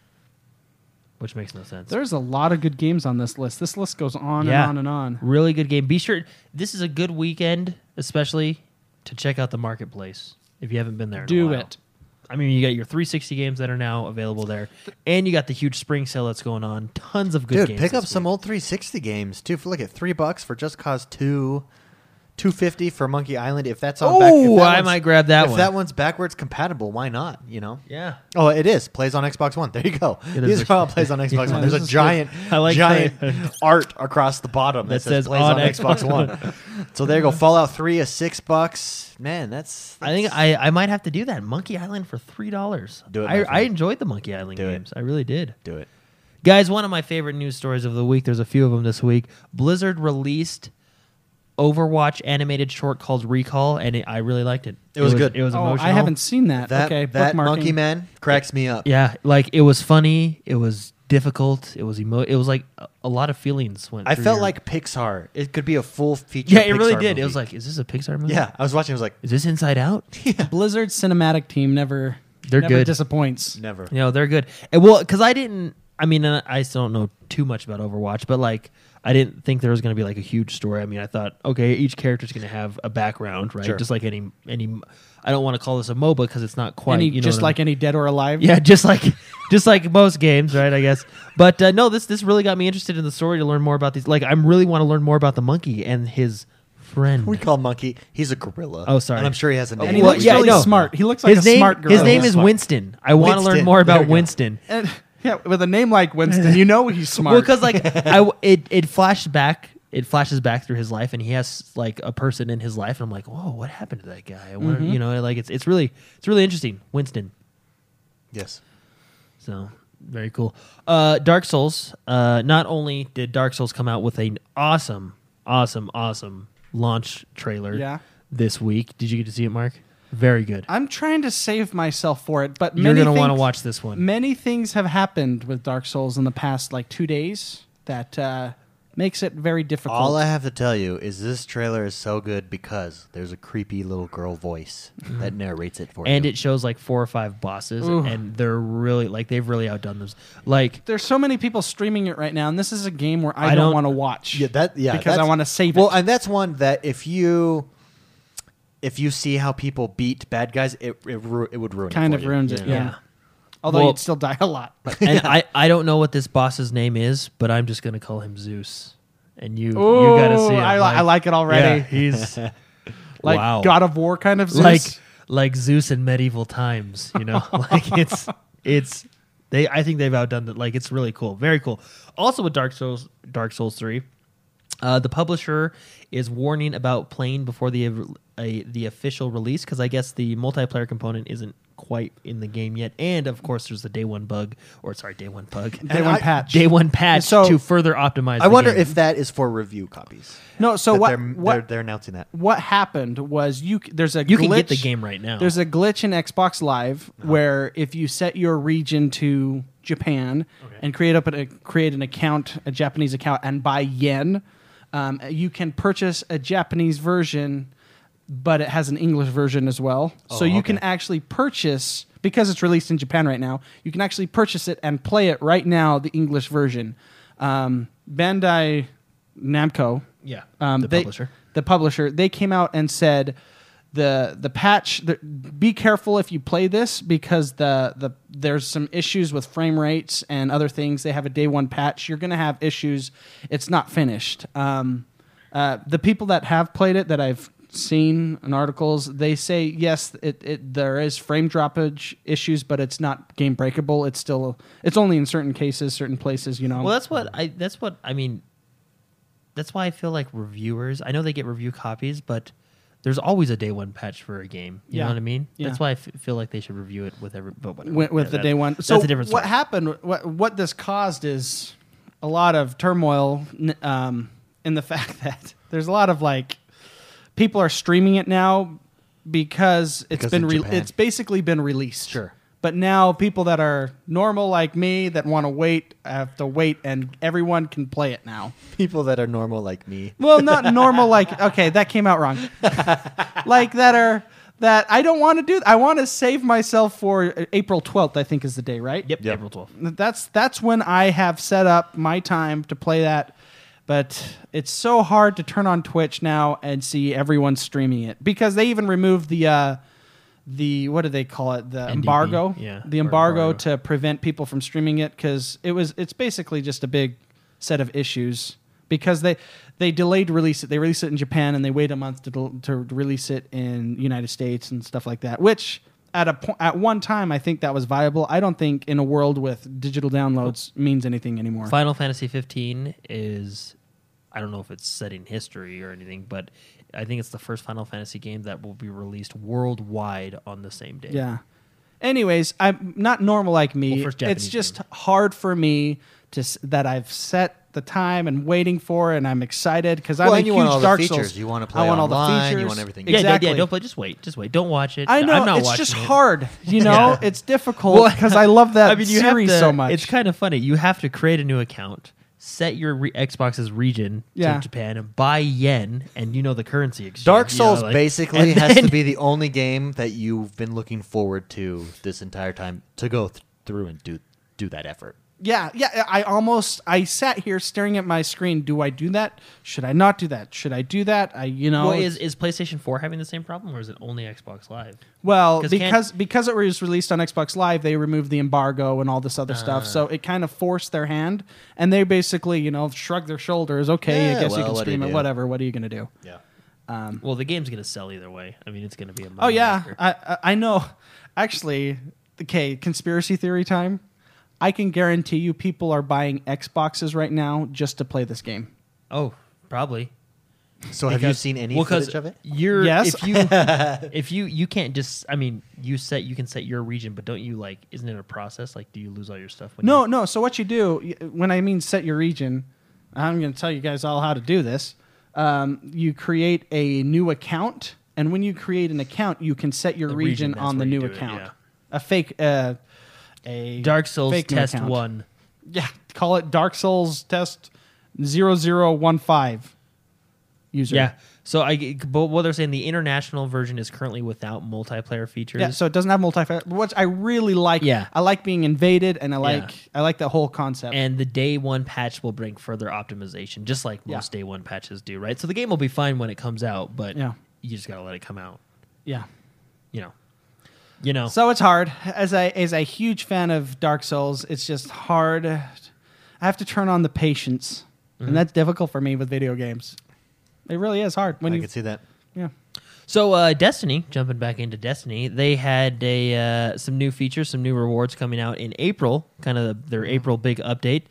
C: which makes no sense.
B: There's a lot of good games on this list. This list goes on and
C: Yeah.
B: on and on.
C: Really good game. Be sure this is a good weekend, especially to check out the marketplace if you haven't been there. in a
B: Do
C: while.
B: it.
C: I mean, you got your 360 games that are now available there, and you got the huge spring sale that's going on. Tons of good
A: Dude,
C: games.
A: pick up
C: this
A: some
C: week.
A: old 360 games too. For, look at three bucks for Just Cause Two, two fifty for Monkey Island. If that's on, back, if
C: Oh,
A: that
C: I
A: one's-
C: might grab that
A: if
C: one.
A: that one's backwards compatible, why not? You know.
C: Yeah.
A: Oh, it is plays on Xbox One. There you go.
C: It
A: These
C: is.
A: are
C: *laughs*
A: all plays on Xbox
B: Yeah,
A: One. There's
B: this
A: a
B: is
A: giant,
C: good. *laughs* I like
A: giant
C: *laughs*
A: art across the bottom that,
C: That
A: says,
C: says
A: plays on,
C: on
A: Xbox One. *laughs* so there you go. Fallout Three is six bucks. Man, that's,
C: I think I, I might have to do that. Monkey Island for three dollars.
A: Do it, my
C: I, I
A: friend.
C: enjoyed the Monkey Island
A: Do it.
C: games. I really did.
A: do it.
C: Guys, one of my favorite news stories of the week. There's a few of them this week. Blizzard released Overwatch animated short called Recall, and it, I really liked it.
A: It was good.
C: It was
B: Oh,
C: emotional.
B: I haven't seen that.
A: That
B: okay,
A: that
B: bookmarking.
A: Monkey Man cracks me up.
C: Yeah, like it was funny. It was difficult. It was emo. It was like a, a lot of feelings went.
A: I
C: through
A: felt
C: your-
A: like Pixar. It could be a full feature.
C: yeah, it really
A: Pixar
C: did. It
A: movie.
C: was like, *laughs* is this a Pixar movie?
A: yeah, I was watching. I was like,
C: Is this Inside Out?
B: Blizzard cinematic team never
C: They're
B: never
C: good.
B: disappoints.
A: never.
C: No, they're good. And well, because I didn't. I mean, uh, I still don't know too much about Overwatch, but like, I didn't think there was going to be like a huge story. I mean, I thought, okay, each character's going to have a background, right?
A: Sure.
C: Just like any any. I don't want to call this a MOBA because it's not quite.
B: any,
C: you know
B: just
C: what I mean?
B: like any dead or alive.
C: Yeah, *laughs* just like just like most games, right? I guess. But uh, no, this this really got me interested in the story to learn more about these. Like, I really want to learn more about the monkey and his friend.
A: We call Monkey. He's a gorilla.
C: Oh, sorry.
A: And I'm sure he has a name.
B: And he
C: Well,
B: looks
C: yeah, I
B: really
C: know.
B: smart. He looks like
C: his
B: a
C: name
B: smart girl.
C: his name is
A: Smart.
C: Winston. I want to learn
A: Winston.
C: more
A: There we
C: about
A: go.
C: Winston.
B: And- yeah, with a name like Winston, you know he's smart.
C: *laughs* Well,
B: *laughs*
C: because like I w- it it flashed back. It flashes back through his life, and he has like a person in his life, and I'm like, whoa, what happened to that guy? I wonder,
B: Mm-hmm.
C: you know, like it's it's really it's really interesting, Winston.
A: Yes.
C: So very cool. Uh, Dark Souls. Uh, not only did Dark Souls come out with an awesome, awesome, awesome launch trailer.
B: Yeah.
C: This week, did you get to see it, Mark? Very good.
B: I'm trying to save myself for it, but
C: You're
B: many
C: gonna want to
B: things-
C: watch this one.
B: Many things have happened with Dark Souls in the past like two days that uh, makes it very difficult.
A: All I have to tell you is this trailer is so good because there's a creepy little girl voice
B: Mm-hmm.
A: that narrates it for
C: and
A: you.
C: it shows like four or five bosses,
B: Ooh.
C: and they're really like they've really outdone them. Like
B: There's so many people streaming it right now, and this is a game where I,
C: I
B: don't,
C: don't-
B: want to watch.
A: yeah, that yeah,
B: because I
A: that's-
B: want to save
A: Well,
B: it.
A: and that's one that if you if you see how people beat bad guys, it it, ru- it would ruin.
B: kind
A: it
B: of
A: for you.
B: ruins it.
A: You
B: Yeah.
A: know?
B: Although
C: Well-
B: you'd still die a lot. But *laughs*
C: and I, I don't know what this boss's name is, but I'm just gonna call him Zeus. And you
B: Ooh,
C: you gotta see. Him.
B: I, li- I like it already.
C: Yeah, *laughs* he's
B: Like
C: wow.
B: God of War kind of Zeus.
C: like like Zeus in medieval times.
B: *laughs*
C: You know, like it's it's they. I think they've outdone it. Like it's really cool, very cool. Also with Dark Souls, Dark Souls three, uh, the publisher is warning about playing before the ev- a, the official release because I guess the multiplayer component isn't quite in the game yet. And of course, there's the day one bug, or sorry, day one bug.
B: Day
A: And
B: one
A: I-
B: patch.
C: Day one patch
B: So-
C: to further optimize.
A: I
C: the
A: wonder
C: game.
A: if that is for review copies.
B: no, so
A: That
B: what?
A: they're,
B: what
A: they're, they're announcing that?
B: what happened was you c- there's a
C: you
B: glitch,
C: can get the game right now. Uh-huh.
B: There's a glitch in Xbox Live where if you set your region to Japan and create up an, a create an account, a Japanese account, and buy yen, um, you can purchase a Japanese version, but it has an English version as well.
C: Oh,
B: so you can actually purchase because it's released in Japan right now. You can actually purchase it and play it right now, the English version. Um, Bandai Namco,
C: yeah,
B: um,
C: the
B: they-
C: publisher.
B: the publisher, they came out and said the the patch. The, be careful if you play this because the the there's some issues with frame rates and other things. They have a day one patch. You're going to have issues. It's not finished. Um, uh, the people that have played it that I've seen in articles they say yes it, it there is frame droppage issues but it's not game breakable it's still it's only in certain cases certain places you know
C: Well, that's what I. That's what I mean. that's why I feel like reviewers. I know they get review copies, but there's always a day one patch for a game. You
B: Yeah.
C: know what I mean?
B: Yeah.
C: That's why I f- feel like they should review it with every. But whatever.
B: with, with
C: Yeah,
B: the
C: that-
B: day one.
C: That's
B: So
C: a different.
B: What
C: story.
B: happened? What what this caused is a lot of turmoil n- um, in the *laughs* fact that there's a lot of like people are streaming it now because it's
A: Because
B: been
A: of
B: re-
A: Japan.
B: it's basically been released.
A: Sure.
B: But now people that are normal like me that want to wait have to wait, and everyone can play it now.
A: People that are normal like me. *laughs*
B: Well, not normal. Like, okay, that came out wrong. like that are that I don't want to do. I want to save myself for uh, April twelfth. I think is the day, right?
C: Yep,
A: Yep.
C: April 12th.
B: That's that's when I have set up my time to play that. But it's so hard to turn on Twitch now and see everyone streaming it because they even removed the. Uh, the what do they call it the
C: NDP,
B: embargo
C: yeah,
B: the
C: or
B: embargo,
C: embargo.
B: to prevent people from streaming it because it was it's basically just a big set of issues because they they delayed release it they release it in Japan and they wait a month to del- to release it in United States and stuff like that which at a po- at one time I think that was viable I don't think in a world with digital downloads means anything anymore
C: Final Fantasy 15 is, I don't know if it's setting history or anything, but I think it's the first Final Fantasy game that will be released worldwide on the same day.
B: Yeah. Anyways, I'm not normal like
C: Well,
B: me.
C: first
B: it's
C: Japanese
B: just hard for me to s- that I've set the time and waiting for, and I'm excited because I'm
A: Well,
B: a
A: and you
B: huge
A: want all the
B: Dark
A: features.
B: Souls.
A: You wanna
B: I
A: play
B: want all the
A: online, you
B: features.
A: want everything.
C: Yeah, yeah,
B: Exactly.
C: yeah, Don't play. Just wait. Just wait. Don't watch it.
B: I know
C: I'm not
B: it's
C: watching
B: just
C: it.
B: hard.
C: *laughs*
B: You know,
C: Yeah.
B: it's *laughs* difficult because I
C: *laughs*
B: love that series
C: have to-
B: so much.
C: It's kind of funny. You have to create a new account, set your re- Xbox's region
B: Yeah.
C: to Japan, and buy yen, and you know the currency exchange.
A: Dark
C: you know,
A: Souls
C: like-
A: basically
C: and
A: has
C: *laughs* then-
A: to be the only game that you've been looking forward to this entire time to go th- through and do do that effort.
B: Yeah, yeah. I almost I sat here staring at my screen. Do I do that? Should I not do that? Should I do that? I you know
C: Well, is is PlayStation Four having the same problem, or is it only Xbox Live?
B: Well,
C: 'Cause can't-
B: because because it was released on Xbox Live, they removed the embargo and all this other stuff,
A: Ah.
B: so it kind of forced their hand, and they basically, you know, shrugged their shoulders. Okay,
A: Yeah,
B: I guess
A: well,
B: you can
A: what do
B: stream
A: you
B: it,
A: do?"
B: whatever. What are you gonna do?
A: Yeah.
C: Well, the game's gonna sell either way. I mean, it's gonna be a
B: Oh yeah,
C: moneymaker.
B: I I- I know. Actually, okay, conspiracy theory time. I can guarantee you, people are buying Xboxes right now just to play this game.
C: oh probably.
A: So have you
C: Because-
A: seen any
C: well, 'cause
A: footage of it?
C: You're,
B: Yes. *laughs*
C: If you if you you can't just I mean you set you can set your region, but don't you like isn't it a process? Like, do you lose all your stuff? When
B: No,
C: you,
B: no. So what you do y- when I mean set your region, I'm going to tell you guys all how to do this. Um, you create a new account, and when you create an account, you can set your
C: The region,
B: region,
C: that's
B: on the
C: where you
B: new
C: do it,
B: account.
C: yeah.
B: A fake, uh, a
C: Dark Souls
B: fake new
C: Test
B: account.
C: One.
B: Yeah, call it Dark Souls Test 0015 user.
C: Yeah. So I g- but what they're saying the international version is currently without multiplayer features.
B: Yeah, so it doesn't have multiplayer. What I really like,
C: Yeah.
B: I like being invaded, and I like, I like the whole concept.
C: and the day one patch will bring further optimization, just like
B: Yeah.
C: most day one patches do, right? So the game will be fine when it comes out, but
B: Yeah.
C: you just gotta let it come out.
B: yeah,
C: You know. You *laughs* know.
B: So it's hard. As I as a huge fan of Dark Souls, it's just hard. I have to turn on the patience,
C: Mm-hmm.
B: and that's difficult for me with video games. It really is hard when
A: I
B: you.
A: can see that.
B: Yeah.
C: So uh, Destiny, jumping back into Destiny, they had a uh, some new features, some new rewards coming out in April. Kind of their April big update.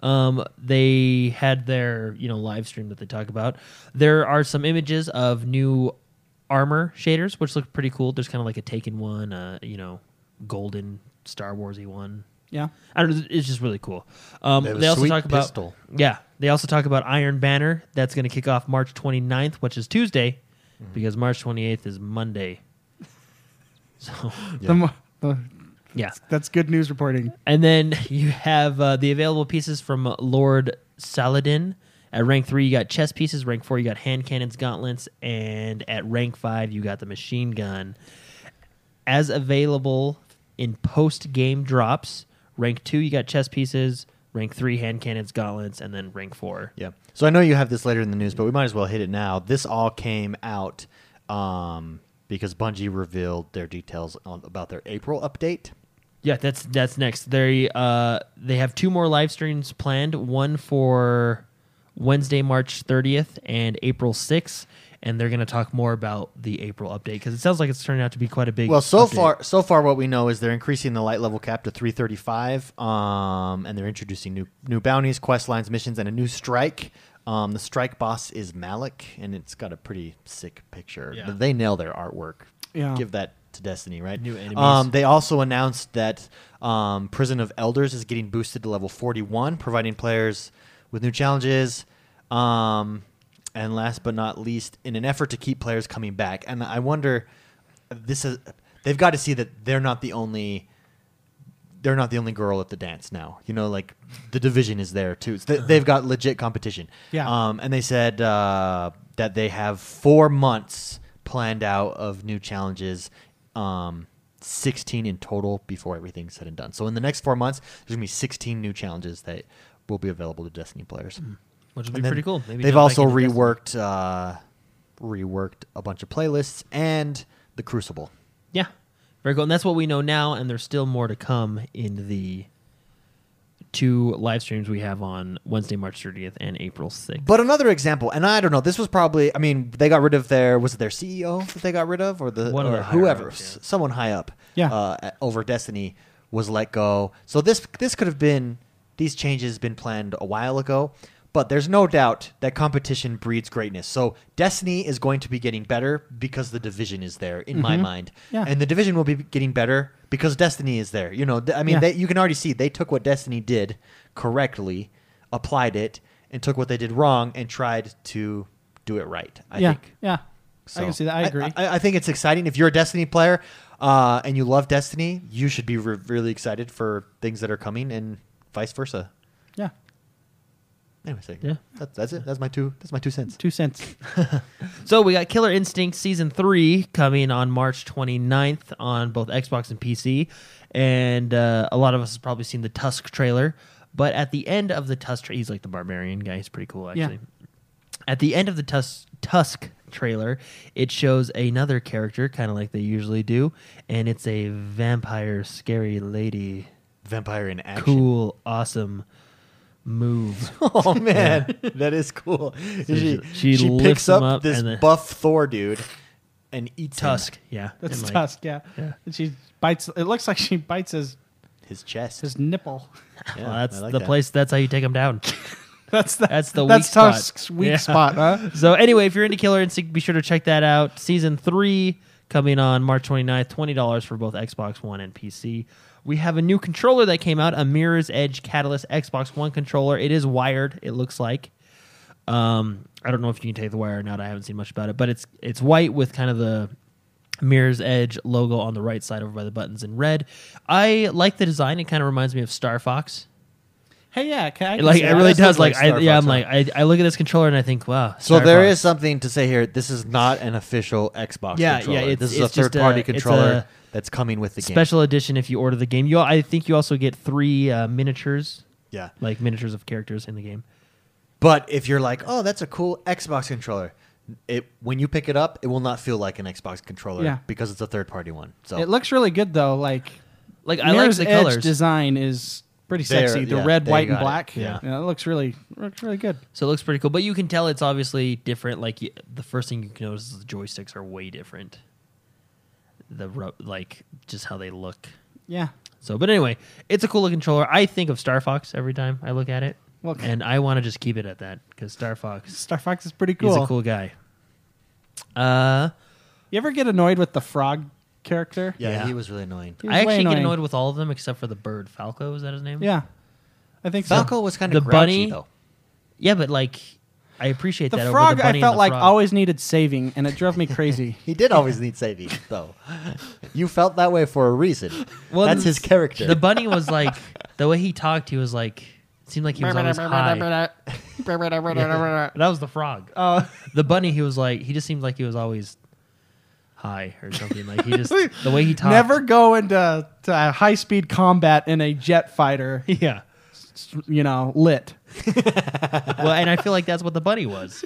C: Um, they had their you know live stream that they talk about. There are some images of new armor shaders, which look pretty cool. There's kind of like a Taken one, uh, you know, golden Star Warsy one.
B: Yeah.
C: I don't, it's just really cool. Um,
A: They have a
C: they also
A: sweet
C: talk about
A: pistol.
C: yeah. They also talk about Iron Banner. That's going to kick off March 29th, which is Tuesday,
A: Mm-hmm.
C: because March 28th is Monday. So
A: Yeah.
B: The mo- the-
C: yeah,
B: that's good news reporting.
C: and then *laughs* you have uh, the available pieces from Lord Saladin. At rank three, you got chest pieces. Rank four, you got hand cannons, gauntlets, and at rank five, you got the machine gun. As available in post game drops, rank two, you got chest pieces. Rank three, hand cannons, gauntlets, and then rank four.
A: Yeah. So I know you have this later in the news, but we might as well hit it now. This all came out um, because Bungie revealed their details on, about their April update.
C: Yeah, that's that's next. They uh they have two more live streams planned. One for Wednesday, March 30th, and April 6th, and they're going to talk more about the April update because it sounds like it's turning out to be quite a big.
A: Well, so
C: update.
A: far, so far, what we know is they're increasing the light level cap to 335, um, and they're introducing new new bounties, quest lines, missions, and a new strike. Um, the strike boss is Malik, and it's got a pretty sick picture.
C: Yeah.
A: But They nail their artwork.
B: Yeah.
A: Give that to Destiny, right?
C: New enemies.
A: Um, they also announced that um, Prison of Elders is getting boosted to level 41, providing players with new challenges. Um, and last but not least, in an effort to keep players coming back. And I wonder, this is they've got to see that they're not the only they're not the only girl at the dance now. You know, like the division is there too. It's- they- they've got legit competition.
B: Yeah.
A: Um, and they said uh, that they have four months planned out of new challenges, um, 16 in total before everything's said and done. So in the next four months, there's gonna be 16 new challenges that will be available to Destiny players. And
C: which would Hmm. be
A: then
C: pretty cool. Maybe
A: they've
C: jump back
A: also
C: into Destiny.
A: reworked uh, reworked a bunch of playlists and the Crucible.
C: Yeah, very cool. And that's what we know now, and there's still more to come in the two live streams we have on Wednesday, March 30th and April 6th.
A: But another example, and I don't know, this was probably, I mean, they got rid of their, was it their CEO that they got rid of? Or the,
C: One of
A: or
C: the higher
A: whoever,
C: ups,
A: s-
C: yeah.
A: someone high up
B: Yeah.
A: uh, at- over Destiny was let go. So this, this could have been, these changes been planned a while ago, but there's no doubt that competition breeds greatness. So Destiny is going to be getting better because the division is there, in my
B: Mhm.
A: mind.
B: Yeah.
A: And the division will be getting better because Destiny is there. You know, th- I mean,
B: Yeah.
A: they, you can already see they took what Destiny did correctly, applied it, and took what they did wrong and tried to do it right. I
B: yeah,
A: think.
B: yeah. I can see that. I agree.
A: I, I think it's exciting. If you're a Destiny player uh, and you love Destiny, you should be re- really excited for things that are coming, and vice versa.
B: yeah,
A: Anyway, so
C: Yeah.
A: that, that's it. That's my two. That's my two cents. *laughs*
B: two cents.
C: So we got Killer Instinct Season 3 coming on March 29th on both Xbox and PC. And uh, a lot of us have probably seen the Tusk trailer. But at the end of the Tusk trailer, he's like the barbarian guy. He's pretty cool,
B: Yeah.
C: actually. At the end of the Tus- Tusk trailer, it shows another character, kind of like they usually do. And it's a vampire scary lady.
A: Vampire in action.
C: Cool, awesome move.
A: *laughs* Oh man, that is cool. she
C: she
A: she,
C: lifts
A: picks
C: him
A: up,
C: up
A: this
C: and then-
A: buff Thor dude and eats him.
C: Tusk, yeah.
B: That's
C: And, like,
B: tusk. Yeah.
C: yeah.
B: And she bites. It looks like she bites his
A: his chest.
B: his nipple. *laughs*
A: Yeah,
C: well, that's
A: I like
C: the
A: that.
C: place. That's how you take them down.
B: that's the,
C: That's the
B: that's
C: weak spot.
B: Tusk's weak
C: Yeah.
B: spot,
C: *laughs*
B: huh?
C: so anyway, if you're into Killer Instinct, be sure to check that out. Season three coming on March 29th, twenty dollars for both Xbox One and PC. We have a new controller that came out, a Mirror's Edge Catalyst Xbox One controller. It is wired. It looks like. Um, I don't know if you can take the wire or not. I haven't seen much about it, but it's it's white with kind of the Mirror's Edge logo on the right side over by the buttons in red. I like the design. It kind of reminds me of Star Fox.
B: Hey, yeah. Can I
C: It, like
B: see
C: it
B: that.
C: really
A: this looks
C: does. Like,
A: like
C: I,
A: Star
C: yeah,
A: Fox,
C: I'm like I, I look at this controller and I think, wow.
A: So
C: Star
A: there is
C: Fox.
A: something to say here. This is not an official Xbox
C: Yeah, yeah,
A: controller.
C: it's-
A: this is a
C: it's just
A: third-party
C: a- it's
A: controller
C: a
A: that's coming with the game.
C: special edition if you order the game. You, al- I think you also get three uh, miniatures,
A: Yeah,
C: like miniatures of characters in the game.
A: but if you're like, oh, that's a cool Xbox controller, it when you pick it up, it will not feel like an Xbox controller
B: Yeah.
A: because it's a third-party one. So
B: It looks really good though. Like
C: Like
B: Mirror's
C: I like the
B: Edge
C: colors.
B: design is pretty
A: There,
B: sexy. The
A: yeah,
B: red,
A: there
B: white,
A: you
B: and
A: got it.
B: black.
A: Yeah.
B: it looks really looks really good.
C: so it looks pretty cool, but you can tell it's obviously different. Like y the first thing you can notice is the joysticks are way different. The ro- like just how they look.
B: Yeah.
C: So, but anyway, it's a cool looking controller. I think of Star Fox every time I look at it,
B: Well,
C: and I want to just keep it at that because Star Fox
B: Star Fox is pretty cool.
C: is a cool guy. Uh,
B: You ever get annoyed with the frog character?
A: yeah,
C: yeah.
A: he was really annoying.
B: He was
C: I
B: way
C: actually get
B: annoying.
C: annoyed with all of them except for the bird Falco. Is that his name?
B: Yeah, I think so.
A: Falco was kind
C: The
A: of grouchy
C: bunny-
A: though.
C: Yeah, but like, I appreciate
B: The
C: that. over
B: frog
C: the bunny
B: I
C: and
B: felt
C: the
B: like
C: frog.
B: always needed saving, and it
C: *laughs*
B: drove me crazy.
A: He did always need saving though. You felt that way for a reason.
C: Well,
A: that's
C: the-
A: his character.
C: The bunny was like the way he talked. He was like it seemed like he was always high. Yeah. That was the frog.
B: Oh,
C: *laughs* The bunny, he was like he just seemed like he was always high or something. Like
B: *laughs*
C: he just the way he talked.
B: never go into to high speed combat in a jet fighter.
C: *laughs* Yeah.
B: You know, lit.
C: Well, and I feel like that's what the bunny was.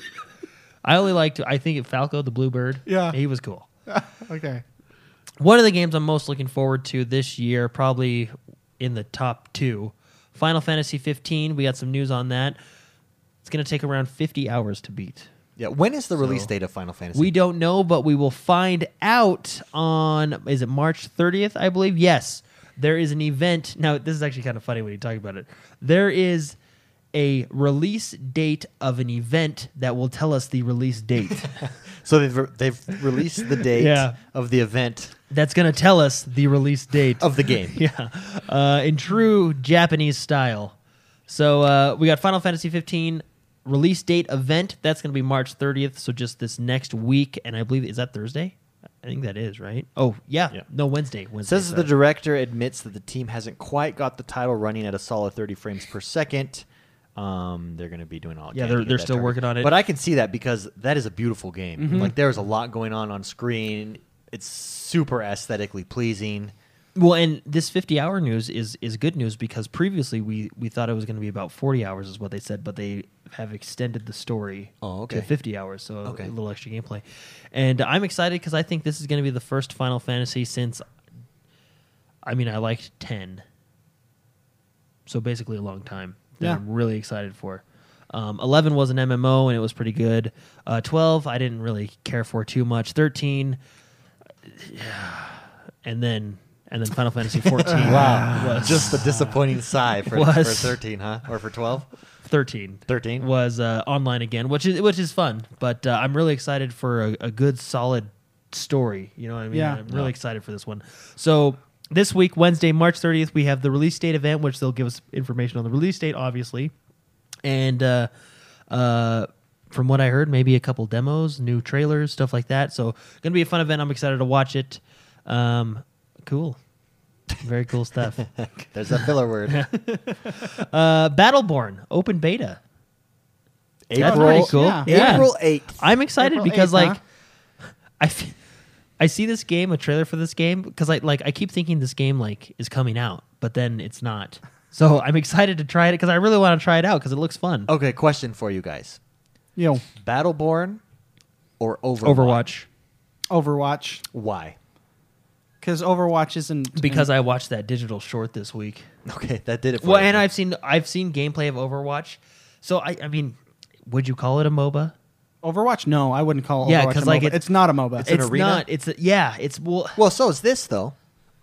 C: I only liked. I think Falco, the bluebird.
B: Yeah.
C: He was cool.
B: okay.
C: One of the games I'm most looking forward to this year, probably in the top two, Final Fantasy 15. We got some news on that. It's going to take around 50 hours to beat.
A: yeah, when is the release
C: So-
A: date of Final Fantasy?
C: We don't know, but we will find out on is it March 30th, I believe. Yes. There is an event. Now, this is actually kind of funny when you talk about it. There is a release date of an event that will tell us the release date.
A: So they've re- they've
C: *laughs*
A: released the date
C: Yeah.
A: of the event
C: That's going to tell us the release date.
A: of the game.
C: *laughs* yeah, uh, in true Japanese style. So uh, we got Final Fantasy 15 release date event. That's going to be March 30th. So just this next week, and I believe is that Thursday. I think that is right. Oh yeah,
A: Yeah.
C: no Wednesday. Wednesday.
A: Says the
C: sorry.
A: director admits that the team hasn't quite got the title running at a solid 30 frames per second. Um, they're going to be doing all. it
C: Yeah,
A: can to
C: they're-
A: get
C: they're
A: that
C: still
A: target.
C: working on it. Mm-hmm.
A: But I can see that because that is a beautiful game. Like there's a lot going on on screen. It's super aesthetically pleasing.
C: well, and this 50 hour news is is good news because previously we we thought it was going to be about 40 hours is what they said, but they have extended the story
A: Oh,
C: to
A: okay.
C: 50 hours, so
A: Okay.
C: a little extra gameplay. And I'm excited because I think this is going to be the first Final Fantasy since, I mean, I liked 10. So basically a long time that
B: Yeah.
C: I'm really excited for. Um, 11 was an MMO and it was pretty good. Uh, 12, I didn't really care for too much. 13, and then and then Final Fantasy
A: *laughs*
C: 14.
A: Wow,
C: was
A: just the
C: *laughs*
A: disappointing sigh for, for
C: Was.
A: 13, huh? Or for
C: *laughs*
A: 12?
C: 13.
A: 13?
C: was uh, online again, which is which is fun. But uh, I'm really excited for a, a good solid story. You know what I mean?
B: Yeah.
C: I'm really excited for this one. So this week, Wednesday, March 30th, we have the release date event, which they'll give us information on the release date, obviously. And uh, uh, from what I heard, maybe a couple demos, new trailers, stuff like that. So gonna be a fun event. I'm excited to watch it. Um, cool. Very cool stuff.
A: There's that filler word.
C: Uh, Battleborn open beta. That's
A: April,
C: pretty cool.
B: yeah.
C: Yeah.
A: April 8th.
C: I'm excited
B: April
C: because
B: 8th,
C: like
B: huh?
C: *laughs* I f- I see this game, a trailer for this game because I like I keep thinking this game like is coming out, but then it's not. So *laughs* I'm excited to try it because I really want to try it out because it looks fun.
A: Okay, question for you guys.
B: You know,
A: Battleborn or Overwatch?
C: Overwatch
B: Overwatch
A: Why? *laughs*
B: because Overwatch isn't
C: because I watched that digital short this week.
A: Okay, that did it for
C: Well,
A: you.
C: and I've seen I've seen gameplay of Overwatch. So I I mean, would you call it a MOBA?
B: Overwatch. No, I wouldn't call
C: Yeah,
B: Overwatch a
C: 'cause, like,
B: MOBA.
C: it's-
B: It's, not a MOBA.
A: It's an arena?
C: not. It's a, yeah. It's well.
A: Well, so is this though.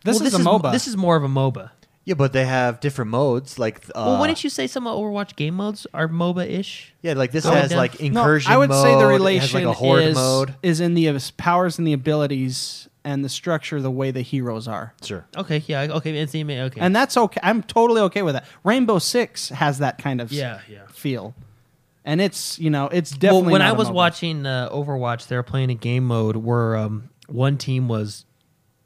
B: this
C: well,
B: is a MOBA.
C: This is more of a MOBA.
A: Yeah, but they have different modes. Like, uh,
C: well, wouldn't you say some of Overwatch game modes are MOBA ish?
A: Yeah, like this
C: I would
A: has
C: def-
A: like incursion.
B: Oh, I would
A: mode,
B: say the
A: it has,
B: relation
A: like a horde
B: is,
A: mode.
B: is in the abs- powers and the abilities and the structure, the way the heroes are.
A: Sure.
C: Okay, yeah, okay, and see, okay,
B: And that's okay. I'm totally okay with that. Rainbow Six has that kind of s-
C: Yeah, yeah.
B: feel. And it's, you know, it's definitely
C: well, when
B: not
C: I
B: a
C: was
B: MOBA.
C: watching uh, Overwatch, they were playing a game mode where um, one team was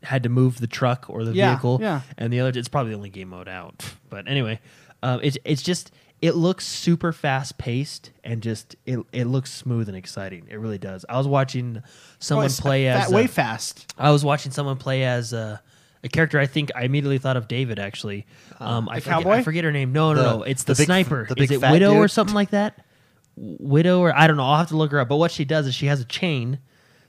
C: had to move the truck or the
B: Yeah,
C: vehicle,
B: yeah.
C: and the other. It's probably the only game mode out, *laughs* but anyway, uh, it's it's just it looks super fast paced and just it it looks smooth and exciting. It really does. I was watching
B: Oh,
C: someone
B: it's
C: play
B: fa-
C: as
B: way
C: uh,
B: fast.
C: I was watching someone play as a, a character. I think I immediately thought of David. Actually, um, I, forget,
B: cowboy?
C: I forget her name. No, no,
A: Uh, The-
C: no. It's
A: the
C: the,
A: big f-
C: sniper.
A: the big
C: Is it
A: fat
C: widow or
A: dude?
C: something like that? W- Widow or I don't know. I'll have to look her up. But what she does is she has a chain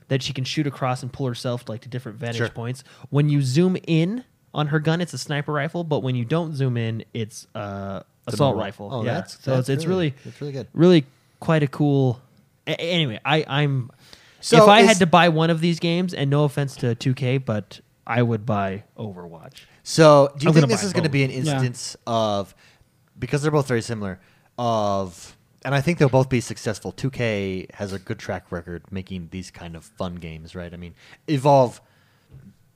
C: that she can shoot across and pull herself like to different vantage
A: Sure.
C: points. When you zoom in on her gun, it's a sniper rifle. But when you don't zoom in, it's uh,
A: a
C: assault
A: mobile.
C: rifle.
A: Oh,
C: yeah.
A: that's-
C: so
A: that's
C: it's it's
A: really-
C: really
A: that's really good.
C: Really quite a cool. a- anyway, I I'm.
A: So
C: if I
A: is-
C: had to buy one of these games, and no offense to 2K, but I would buy Overwatch.
A: So, do you
C: I'm
A: think
C: gonna
A: this
C: buy
A: is going to
C: both.
A: be an
B: Yeah.
A: instance of because they're both very similar of and I think they'll both be successful. 2K has a good track record making these kind of fun games, right? I mean, Evolve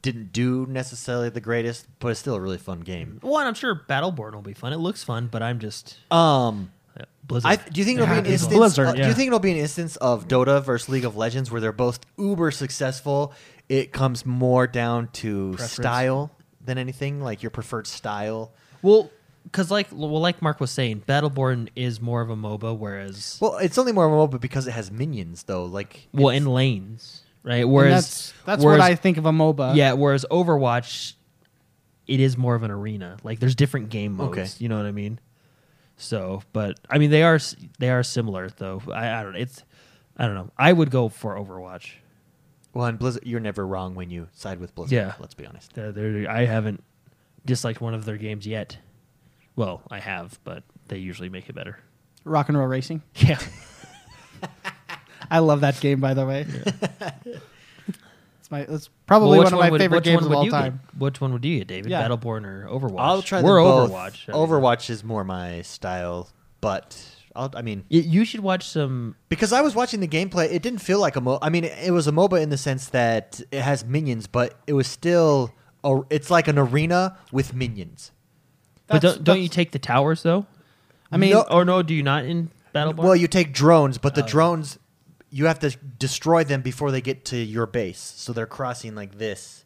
A: didn't do necessarily the greatest, but it's still a really fun game.
C: One, I'm sure Battleborn will be fun. It looks fun, but I'm just
A: Um,
C: yeah, Blizzard.
A: I, do you think it'll be
C: Yeah,
A: an
C: Blizzard.
A: instance?
B: Blizzard,
A: uh, Do
B: yeah.
A: you think it'll be an instance of Dota versus League of Legends where they're both uber successful? It comes more down to
C: Preference.
A: style than anything, like your preferred style.
C: Well, because like well, like Mark was saying, Battleborn is more of a MOBA, whereas
A: Well, it's only more mobile because it has minions, though. Like,
C: well, in lanes, right?
B: And
C: Whereas
B: that's that's
C: whereas-
B: what I think of a MOBA.
C: yeah. Whereas Overwatch, it is more of an arena. Like there's different game modes.
A: Okay.
C: You know what I mean? So, but I mean they are s- they are similar though. I, I don't know. It's I don't know. I would go for Overwatch.
A: well, and Blizzard, you're never wrong when you side with Blizzard.
C: Yeah.
A: let's be honest.
C: They're, they're, I haven't disliked one of their games yet. Well, I have, but they usually make
B: *laughs*
C: it better.
B: Rock and Roll Racing.
C: Yeah.
B: I love that game, by the way. *laughs* it's my. It's probably one of my favorite games of all
C: you
B: time.
C: Get? Which one would you get, David?
B: Yeah.
C: Battleborn or Overwatch?
A: I'll try.
C: We're
A: them both.
C: Overwatch. I mean,
A: Overwatch is more my style, but I'll, I mean,
C: Y- You should watch some.
A: because I was watching the gameplay, it didn't feel like a MOBA. I mean, it was a MOBA in the sense that it has minions, but it was still a, it's like an arena with minions.
C: But
B: That's-
C: don't, don't you
B: that's-
C: take the towers though?
B: I mean,
A: No.
C: or no? Do you not in battle? Barn?
A: Well, you take drones, but the
C: Oh.
A: drones you have to destroy them before they get to your base. So they're crossing like this.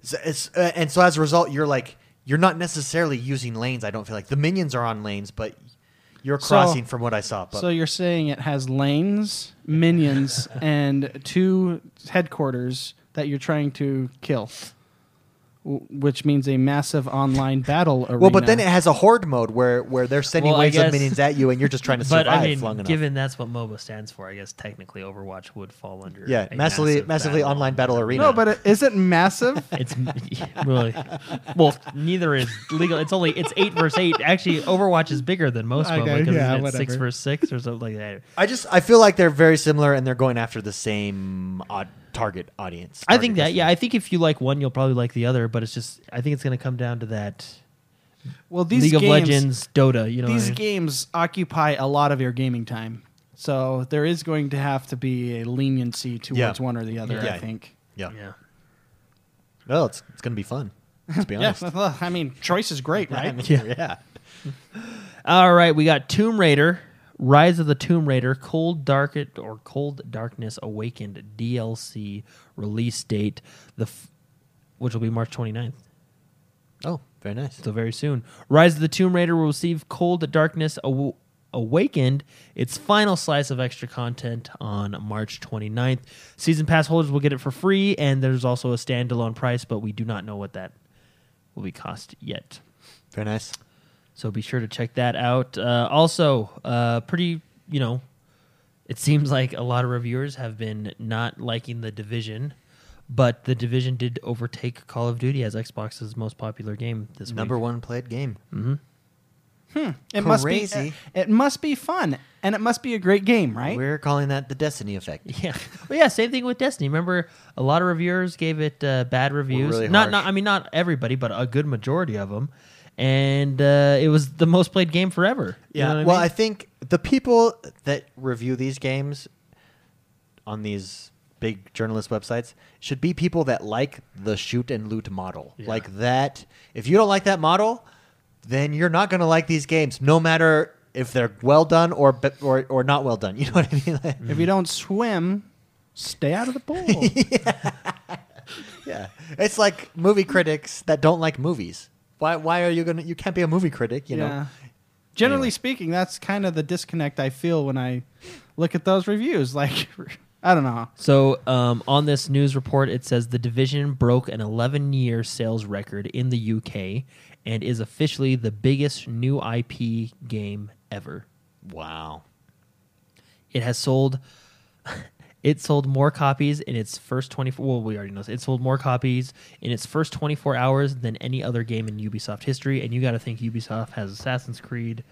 A: So it's, uh, and so as a result, you're like you're not necessarily using lanes. I don't feel like the minions are on lanes, but you're
B: So-
A: crossing from what I saw. But
B: so you're saying it has lanes,
A: *laughs*
B: minions, and two headquarters that you're trying to kill, w- which means a massive online battle arena.
A: well, but then it has a horde mode where where they're sending
C: Well, I
A: waves
C: guess-
A: of minions at you, and you're just trying to survive
C: *laughs* but I mean,
A: long enough.
C: given that's what MOBA stands for, I guess technically Overwatch would fall under.
A: yeah,
C: a
A: massively
C: massive
A: massively
C: battle.
A: online battle arena.
B: no, but it, is it massive?
C: *laughs* It's yeah, really well. Neither is legal. It's only it's eight versus eight. Actually, Overwatch is bigger than most
B: Okay,
C: MOBA because
B: yeah,
C: it's six
B: whatever.
C: versus six or something like that.
A: I just I feel like they're very similar, and they're going after the same odd target audience.
C: I
A: target
C: think that
A: customer.
C: yeah, I think if you like one, you'll probably like the other. But it's just I think it's going to come down to that
B: Well, these
C: League
B: games,
C: of Legends, Dota. You know, what I
B: these
C: mean?
B: games occupy a lot of your gaming time, so there is going to have to be a leniency towards
A: Yeah.
B: one or the other.
A: Yeah.
B: I think.
A: yeah.
C: yeah.
A: Well, it's it's gonna be fun. Let's be honest.
B: Yeah, well, I mean, choice is great,
A: I
B: *laughs* right?
A: mean,
C: Yeah.
A: *laughs* yeah.
C: All right, we got Tomb Raider, Rise of the Tomb Raider, Cold Dark or Cold Darkness Awakened DLC release date, the f- which will be March 29th.
A: Oh, very nice.
C: So very soon. Rise of the Tomb Raider will receive Cold Darkness Aw- Awakened, its final slice of extra content on March 29th. Season pass holders will get it for free, and there's also a standalone price, but we do not know what that will be cost yet.
A: Very nice.
C: So be sure to check that out. Uh, also, uh, pretty, you know, it seems like a lot of reviewers have been not liking The Division, but The Division did overtake Call of Duty as Xbox's most popular game this
A: Number
C: week.
A: one played game.
B: It must
A: Crazy.
B: be. It must be fun, and it must be a great game, right?
A: We're calling that the Destiny effect.
C: *laughs* Yeah. Well, yeah, same thing with Destiny. Remember, a lot of reviewers gave it uh, bad reviews.
A: really
C: not,
A: harsh.
C: not, I mean, not everybody, but a good majority of them. And uh, it was the most played game forever. You know what
A: well,
C: I
A: I
C: mean?
A: think the people that review these games on these big journalist websites should be people that like the shoot and loot model.
C: Yeah.
A: Like that. If you don't like that model, then you're not going to like these games, no matter if they're well done or be- or, or not well done. *laughs* You know what I mean?
C: Mm.
A: Like-
B: If you don't swim, stay out of the
A: *laughs*
B: pool.
A: Yeah, it's like movie critics that don't like movies. Why? Why are you gonna? You can't be a movie critic, you know.
B: Generally
A: Anyway.
B: speaking, that's kind of the disconnect I feel when I look at those reviews. Like, *laughs* I don't know.
C: So, um, on this news report, it says the division broke an 11 year sales record in the UK and is officially the biggest new IP game ever.
A: Wow.
C: It has sold. *laughs* It sold more copies in its first 24 well we already know this. it sold more copies in its first 24 hours than any other game in Ubisoft history and you got to think Ubisoft has Assassin's Creed,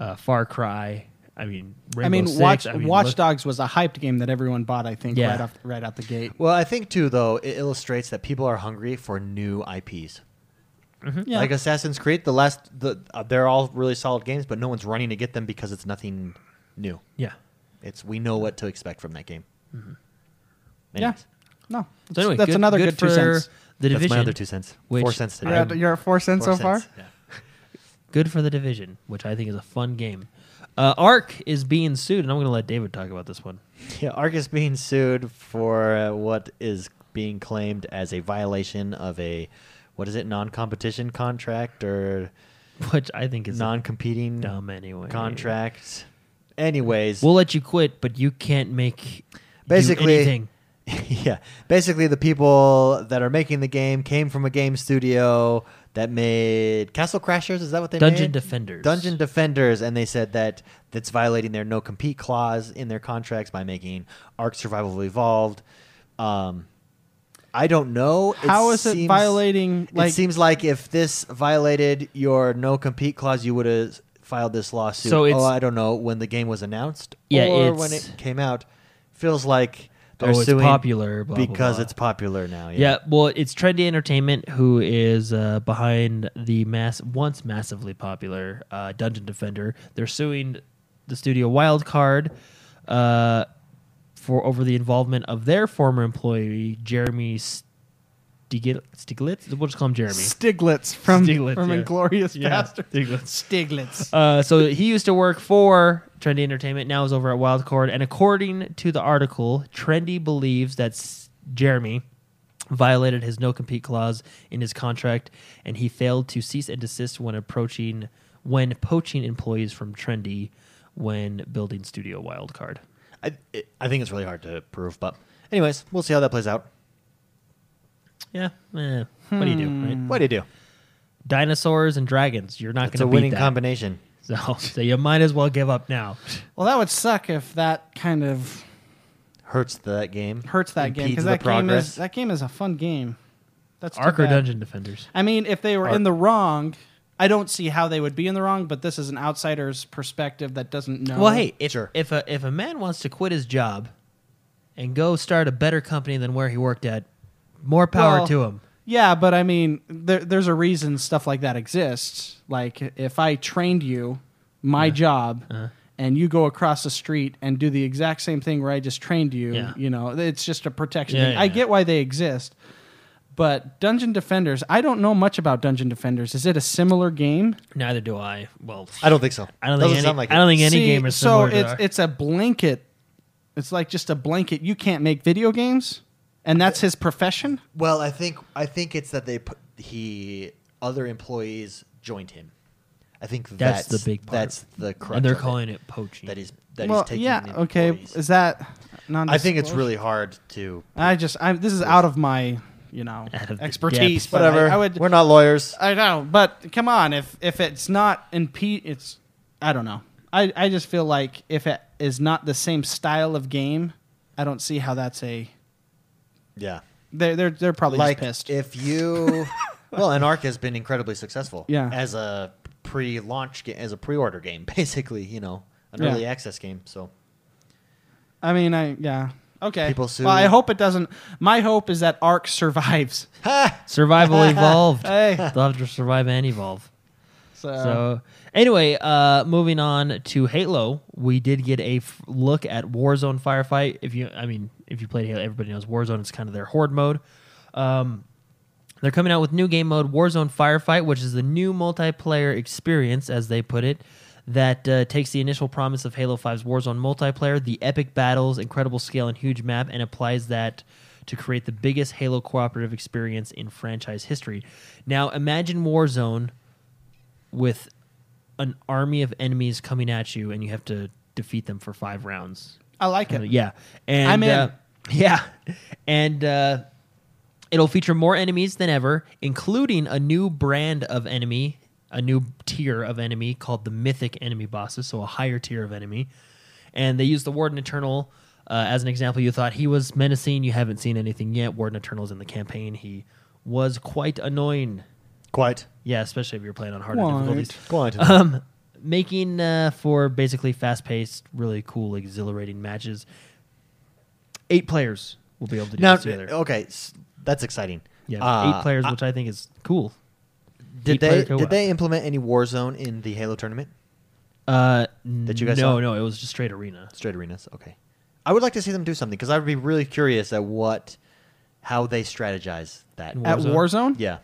C: uh, Far Cry, I mean Rainbow
B: I mean,
C: Six,
B: Watch
C: I mean,
B: Watch
C: look-
B: Dogs was a hyped game that everyone bought. I think
C: Yeah.
B: right off right out the gate.
A: Well, I think too, though, it illustrates that people are hungry for new IPs.
C: Mm-hmm.
B: Yeah.
A: Like Assassin's Creed, the last, the uh, they're all really solid games, but no one's running to get them because it's nothing new.
C: Yeah.
A: It's we know what to expect from that game.
C: Mm-hmm.
B: yeah.
A: Anyways,
B: No.
C: So anyway,
B: that's another good, two
C: for
B: cents.
C: The division.
A: That's my other two cents.
C: which
A: Four cents today.
B: You're at, you're at four cents
A: Four
B: so far.
A: cents, yeah. *laughs*
C: good for the division, which I think is a fun game. Uh, Ark is being sued, and I'm going to let David talk about this one. *laughs*
A: Yeah, Ark is being sued for uh, what is being claimed as a violation of a what is it non-competition contract or
C: Which I think is
A: non-competing
C: dumb anyway.
A: contract. Anyways,
C: We'll let you quit, but you can't make do
A: Basically-
C: anything.
A: *laughs* yeah, basically the people that are making the game came from a game studio that made Castle Crashers. Is that what they
C: Dungeon
A: made?
C: Defenders.
A: Dungeon Defenders, and they said that that's violating their no compete clause in their contracts by making Ark Survival Evolved. Um, I don't know.
B: How is it
A: seems-
B: violating? Like,
A: it seems like if this violated your no compete clause, you would have filed this lawsuit.
C: So it's-
A: oh, I don't know when the game was announced
C: Yeah,
A: or when
C: it's-
A: it came out. Feels like They're
C: oh, it's
A: suing
C: popular blah, blah,
A: because
C: blah.
A: it's popular now.
C: Yeah. well, it's Trendy Entertainment who is uh, behind the mass once massively popular uh, Dungeon Defender. They're suing the studio Wildcard uh, for over the involvement of their former employee Jeremy Stigl- Stiglitz. We'll just call him Jeremy.
B: Stiglitz from
C: Stiglitz,
B: from
C: yeah.
B: Inglorious
C: Yeah,
B: Bastard.
C: Stiglitz.
B: Stiglitz.
C: Uh, so he used to work for Trendy Entertainment, now is over at Wildcard. And according to the article, Trendy believes that S- Jeremy violated his no compete clause in his contract, and he failed to cease and desist when approaching when poaching employees from Trendy when building Studio Wildcard.
A: I, it, I think it's really hard to prove, but anyways, we'll see how that plays out.
C: Yeah, eh, what do you do?
B: Mm.
C: Right?
A: What do you do?
C: Dinosaurs and dragons. You're not
A: Hmm. It's a
C: going to beat
A: winning
C: that.
A: combination.
C: *laughs* So, so you might as well give up now.
B: Well, that would suck if that kind of
A: Hurts that game.
B: hurts that game
A: Impedes
B: because
A: the
B: that game
A: progress.
B: is that game is a fun game. That's too
C: Arc or
B: bad.
C: Dungeon Defenders.
B: I mean, if they were
A: Arc.
B: in the wrong, I don't see how they would be in the wrong. But this is an outsider's perspective that doesn't know.
C: Well, hey, if
A: Sure.
C: if a if a man wants to quit his job and go start a better company than where he worked at, more power
B: Well,
C: to him.
B: Yeah, but I mean, there, there's a reason stuff like that exists. Like, if I trained you, my
C: Uh-huh.
B: job, and you go across the street and do the exact same thing where I just trained you,
C: Yeah.
B: you know, it's just a protection.
C: Yeah,
B: thing.
C: yeah,
B: I
C: yeah.
B: get why they exist, but Dungeon Defenders, I don't know much about Dungeon Defenders. Is it a similar game?
C: Neither do I. Well,
A: I don't think so.
C: I don't
A: Doesn't
C: think any,
A: sound like
C: I don't
A: it.
C: think any
B: See,
C: game is
B: so
C: similar. to
B: it's
C: our-
B: it's a blanket. It's like just a blanket. You can't make video games, and that's his profession.
A: Well, I think I think it's that they put, he other employees joined him. I think
C: That's
A: that's,
C: the big part.
A: That's the crux.
C: and they're
A: of
C: calling it poaching.
A: that he's that he's
B: well,
A: taking.
B: yeah,
A: the
B: okay.
A: employees.
B: Is that?
A: I think it's
B: non-disclosure?
A: really hard to
B: I just I this is out of my you know
C: *laughs* Out of the
B: expertise.
C: depths.
B: but
A: whatever.
B: I, I would.
A: We're not lawyers.
B: I know, but come on. If if it's not impede, it's I don't know. I I just feel like if it is not the same style of game, I don't see how that's a.
A: Yeah,
B: They're they're they're probably
A: like
B: just pissed.
A: if
B: *laughs*
A: you well, and Arc has been incredibly successful.
B: Yeah.
A: as a pre-launch game, as a pre-order game, *laughs* basically, you know, an
B: Yeah.
A: early access game. So *laughs*
B: I mean, I yeah. Okay.
A: People sue-
B: Well, I hope it doesn't. My hope is that
A: *laughs*
B: Ark survives.
C: *laughs* Survival evolved.
B: Hey.
C: They'll have to survive and evolve.
B: So,
C: So anyway, uh, moving on to Halo, we did get a f- look at Warzone firefight. If you, I mean, if you played Halo, everybody knows Warzone is kind of their horde mode. Um, they're coming out with new game mode Warzone Firefight, which is the new multiplayer experience, as they put it, that uh, takes the initial promise of Halo 5's Warzone multiplayer, the epic battles, incredible scale, and huge map, and applies that to create the biggest Halo cooperative experience in franchise history. Now, imagine Warzone with an army of enemies coming at you, and you have to defeat them for five rounds.
B: I like it.
C: Yeah, and
B: I'm in.
C: uh, *laughs* yeah, and uh, it'll feature more enemies than ever, including a new brand of enemy, a new tier of enemy called the Mythic enemy bosses, so a higher tier of enemy. And they use the Warden Eternal uh, as an example. You thought he was menacing. You haven't seen anything yet. Warden Eternal's in the campaign. He was quite annoying.
A: quite,
C: Yeah, especially if you're playing on harder
B: Quite.
C: difficulties
A: quite.
C: um, making uh, for basically fast-paced, really cool, exhilarating matches. Eight players will be able to do
A: now,
C: this together.
A: okay, s- that's exciting.
C: yeah,
A: Uh,
C: eight players, which I think is cool.
A: Did
C: Eight player
A: they
C: co-op.
A: did they implement any Warzone in the Halo tournament?
C: Uh,
A: That you guys
C: No,
A: saw?
C: no, it was just straight arena.
A: Straight arenas, okay. I would like to see them do something because I would be really curious at what, how they strategize that.
C: In
B: at
C: Warzone?
B: Warzone.
A: Yeah,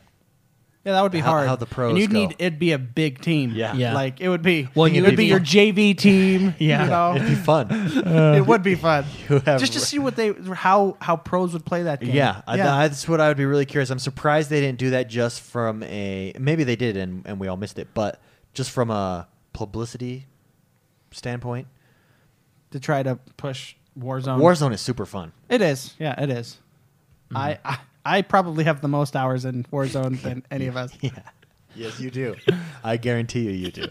B: Yeah, that would be
A: How-
B: hard.
A: how the pros
B: And you'd
A: go.
B: need it'd be a big team.
A: Yeah.
C: Yeah.
B: Like it would be.
C: Well,
B: Well,
C: you
B: it would
C: could
B: be
C: be- *laughs*
B: your JV team.
C: Yeah.
B: You know?
A: *laughs* it'd be
C: *laughs*
A: fun.
B: it would be fun.
A: *laughs* You have-
B: Just to see what they how how pros would play that game.
A: yeah, I- that's what I would be really curious. I'm surprised they didn't do that just from a maybe they did and and we all missed it, but just from a publicity standpoint,
B: to try to push
C: Um,
B: Warzone.
A: Warzone is super fun.
B: It is. Yeah, it is.
C: Mm-hmm.
B: I, I I probably have the most hours in Warzone than
A: *laughs*
B: any of us.
A: Yes, you do. *laughs* I guarantee you, you do.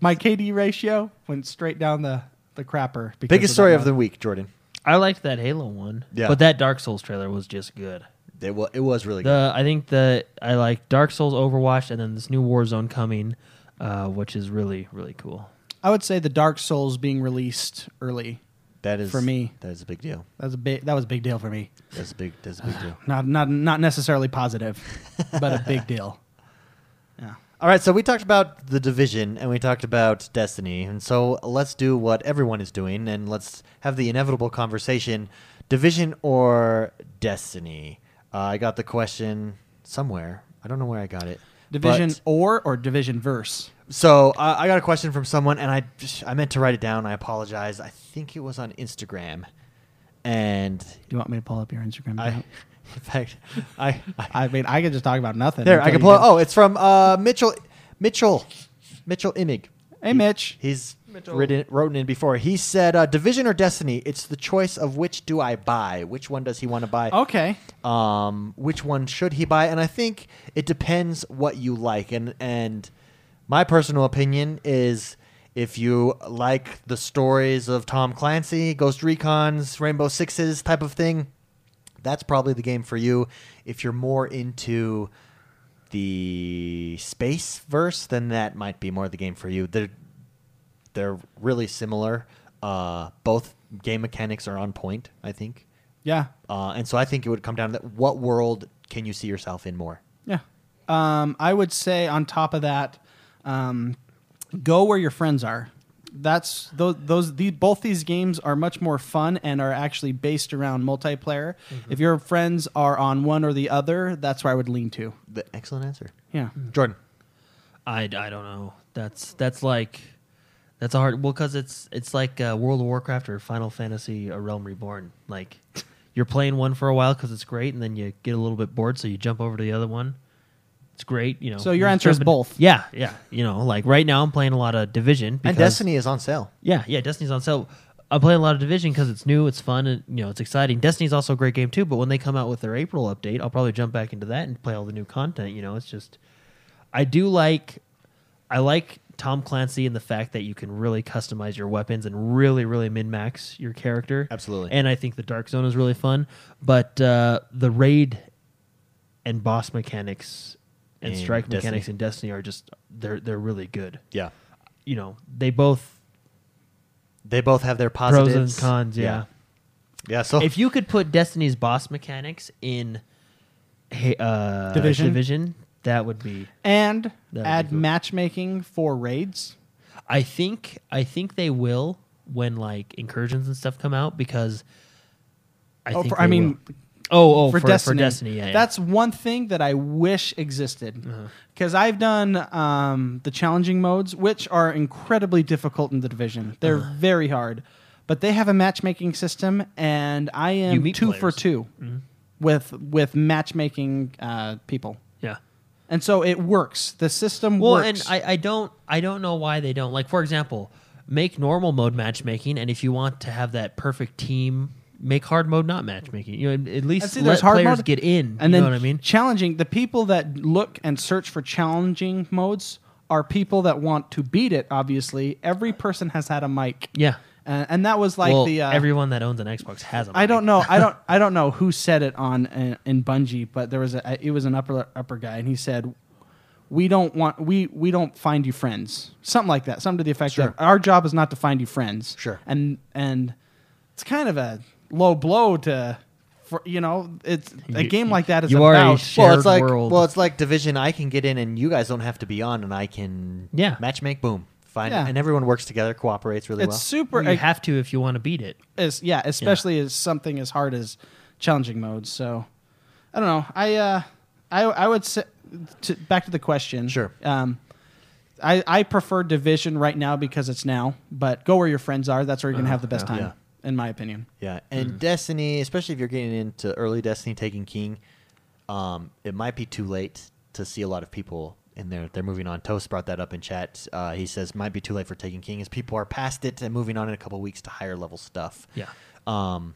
B: My KD ratio went straight down the the crapper. because
A: Biggest
B: that
A: story of
B: mod.
A: the week, Jordan.
C: I liked that Halo one.
A: Yeah.
C: but that Dark Souls trailer was just good.
A: It was, it was really good.
C: The I think the I like Dark Souls, Overwatch, and then this new Warzone coming, uh, which is really really cool.
B: I would say the Dark Souls being released early
A: That is
B: For me.
A: That is a big deal.
B: That was a big. That was a big deal for me.
A: That's a big. That's a big *sighs* deal.
B: Not not not necessarily positive, but
A: *laughs*
B: a big deal. Yeah.
A: All right, so we talked about the division and we talked about Destiny, and so let's do what everyone is doing and let's have the inevitable conversation: division or Destiny. Uh, I got the question somewhere. I don't know where I got it.
B: Division
A: But-
B: or or division verse.
A: so uh, I got a question from someone, and I just- I meant to write it down. I apologize. I think it was on Instagram, and
B: Do you want me to pull up your Instagram?
A: I,
B: account?
A: *laughs* in fact, I, I
B: I mean, I could just talk about nothing.
A: there I can
B: until you
A: pull.
B: get-
A: Oh, it's from uh, Mitchell, Mitchell, Mitchell Imig.
B: Hey, Mitch.
A: He's
C: Mitchell.
A: written, written in before. He said, uh, "Division or Destiny? It's the choice of which do I buy. Which one does he want to buy?
B: Okay.
A: um, which one should he buy? And I think it depends what you like. And and my personal opinion is if you like the stories of Tom Clancy, Ghost Recon's, Rainbow Sixes type of thing, that's probably the game for you. If you're more into the space verse, then that might be more the game for you. They're they're really similar. Uh, both game mechanics are on point, I think.
B: Yeah.
A: Uh, and so I think it would come down to that. What world can you see yourself in more?
B: Yeah. Um, I would say on top of that, um, go where your friends are. That's those, those the, both these games are much more fun and are actually based around multiplayer.
C: Mm-hmm.
B: If your friends are on one or the other, that's where I would lean to.
A: The excellent answer,
B: Yeah.
C: Mm.
A: Jordan.
C: I, I don't know. That's that's like that's a hard well because it's it's like uh, World of Warcraft or Final Fantasy: A Realm Reborn. Like you're playing one for a while because it's great, and then you get a little bit bored, so you jump over to the other one. It's great, you know.
B: So your
C: you
B: answer is
C: jump in-
B: both.
C: Yeah, yeah. You know, like right now I'm playing a lot of Division
A: And
C: because-
A: Destiny is on sale.
C: Yeah, yeah, Destiny's on sale. I play a lot of Division because it's new, it's fun, and you know it's exciting. Destiny's also a great game too. But when they come out with their April update, I'll probably jump back into that and play all the new content. You know, it's just I do like I like Tom Clancy and the fact that you can really customize your weapons and really really min max your character.
A: Absolutely.
C: And I think the Dark Zone is really fun, but uh, the raid and boss mechanics and
A: In
C: strike
A: Destiny.
C: mechanics in Destiny are just they're they're really good.
A: Yeah,
C: You know, they both
A: they both have their positives
C: pros and cons. Yeah.
A: yeah. Yeah,
B: Oh.
A: So
C: If you could put Destiny's boss mechanics in hey, uh,
B: Division?
C: that would be.
B: And
C: That'd be
B: add
C: cool.
B: matchmaking for raids.
C: I think I think they will when like incursions and stuff come out because. I
B: Oh,
C: think
B: for- I
C: they
B: mean,
C: will. oh, oh, for, for Destiny, yeah, Uh-huh. yeah.
B: That's one thing that I wish existed because I've done um, the challenging modes, which are incredibly difficult in the division. They're
C: Uh-huh.
B: very hard, but they have a matchmaking system, and I
C: You
B: am
C: meet
B: two for
C: players. Mm-hmm.
B: 2 with with matchmaking uh, people,
C: yeah.
B: and so it works. The system
C: Well,
B: works.
C: and I, I don't I don't know why they don't like for example, make normal mode matchmaking, and if you want to have that perfect team, make hard mode not matchmaking. You know, at least
B: see
C: let
B: there's hard
C: players
B: mode,
C: get in.
B: and
C: you
B: then
C: know what I mean?
B: challenging the people that look and search for challenging modes are people that want to beat it. Obviously, every person has had a mic.
C: Yeah.
B: Uh, and that was like
C: well,
B: the uh,
C: everyone that owns an Xbox has them.
B: I don't know. I
A: *laughs*
B: don't. I don't know who said it on uh, in Bungie, but there was a. It was an upper upper guy, and he said, "We don't want. We we don't find you friends. Something like that. Something to the effect
A: Sure.
B: of our job is not to find you friends.
A: Sure.
B: And and it's kind of a low blow to, for, you know, it's a
C: You-
B: game like that is
C: you are a
B: about
A: *laughs*
C: sh-
A: well,
C: shared
A: it's like
C: world.
A: well, it's like division. I can get in, and you guys don't have to be on, and I can
C: Yeah.
A: matchmake. Boom, fine,
B: Yeah.
A: and everyone works together, cooperates really
B: it's
A: well.
B: super.
C: you have to if you want to beat it.
B: as yeah, especially as something as hard as challenging modes. So I don't know. I uh, I I would say to, back to the question.
A: Sure.
B: Um, I I prefer division right now because it's now, but go where your friends are. That's where you're gonna have the best
A: Uh-huh. yeah.
B: time, in my opinion.
A: Yeah, and
B: Mm-hmm.
A: Destiny, especially if you're getting into early Destiny, taking King, um, it might be too late to see a lot of people in there. They're moving on. Toast brought that up in chat. Uh, he says might be too late for taking King as people are past it and moving on in a couple weeks to higher level stuff.
C: Yeah.
A: Um,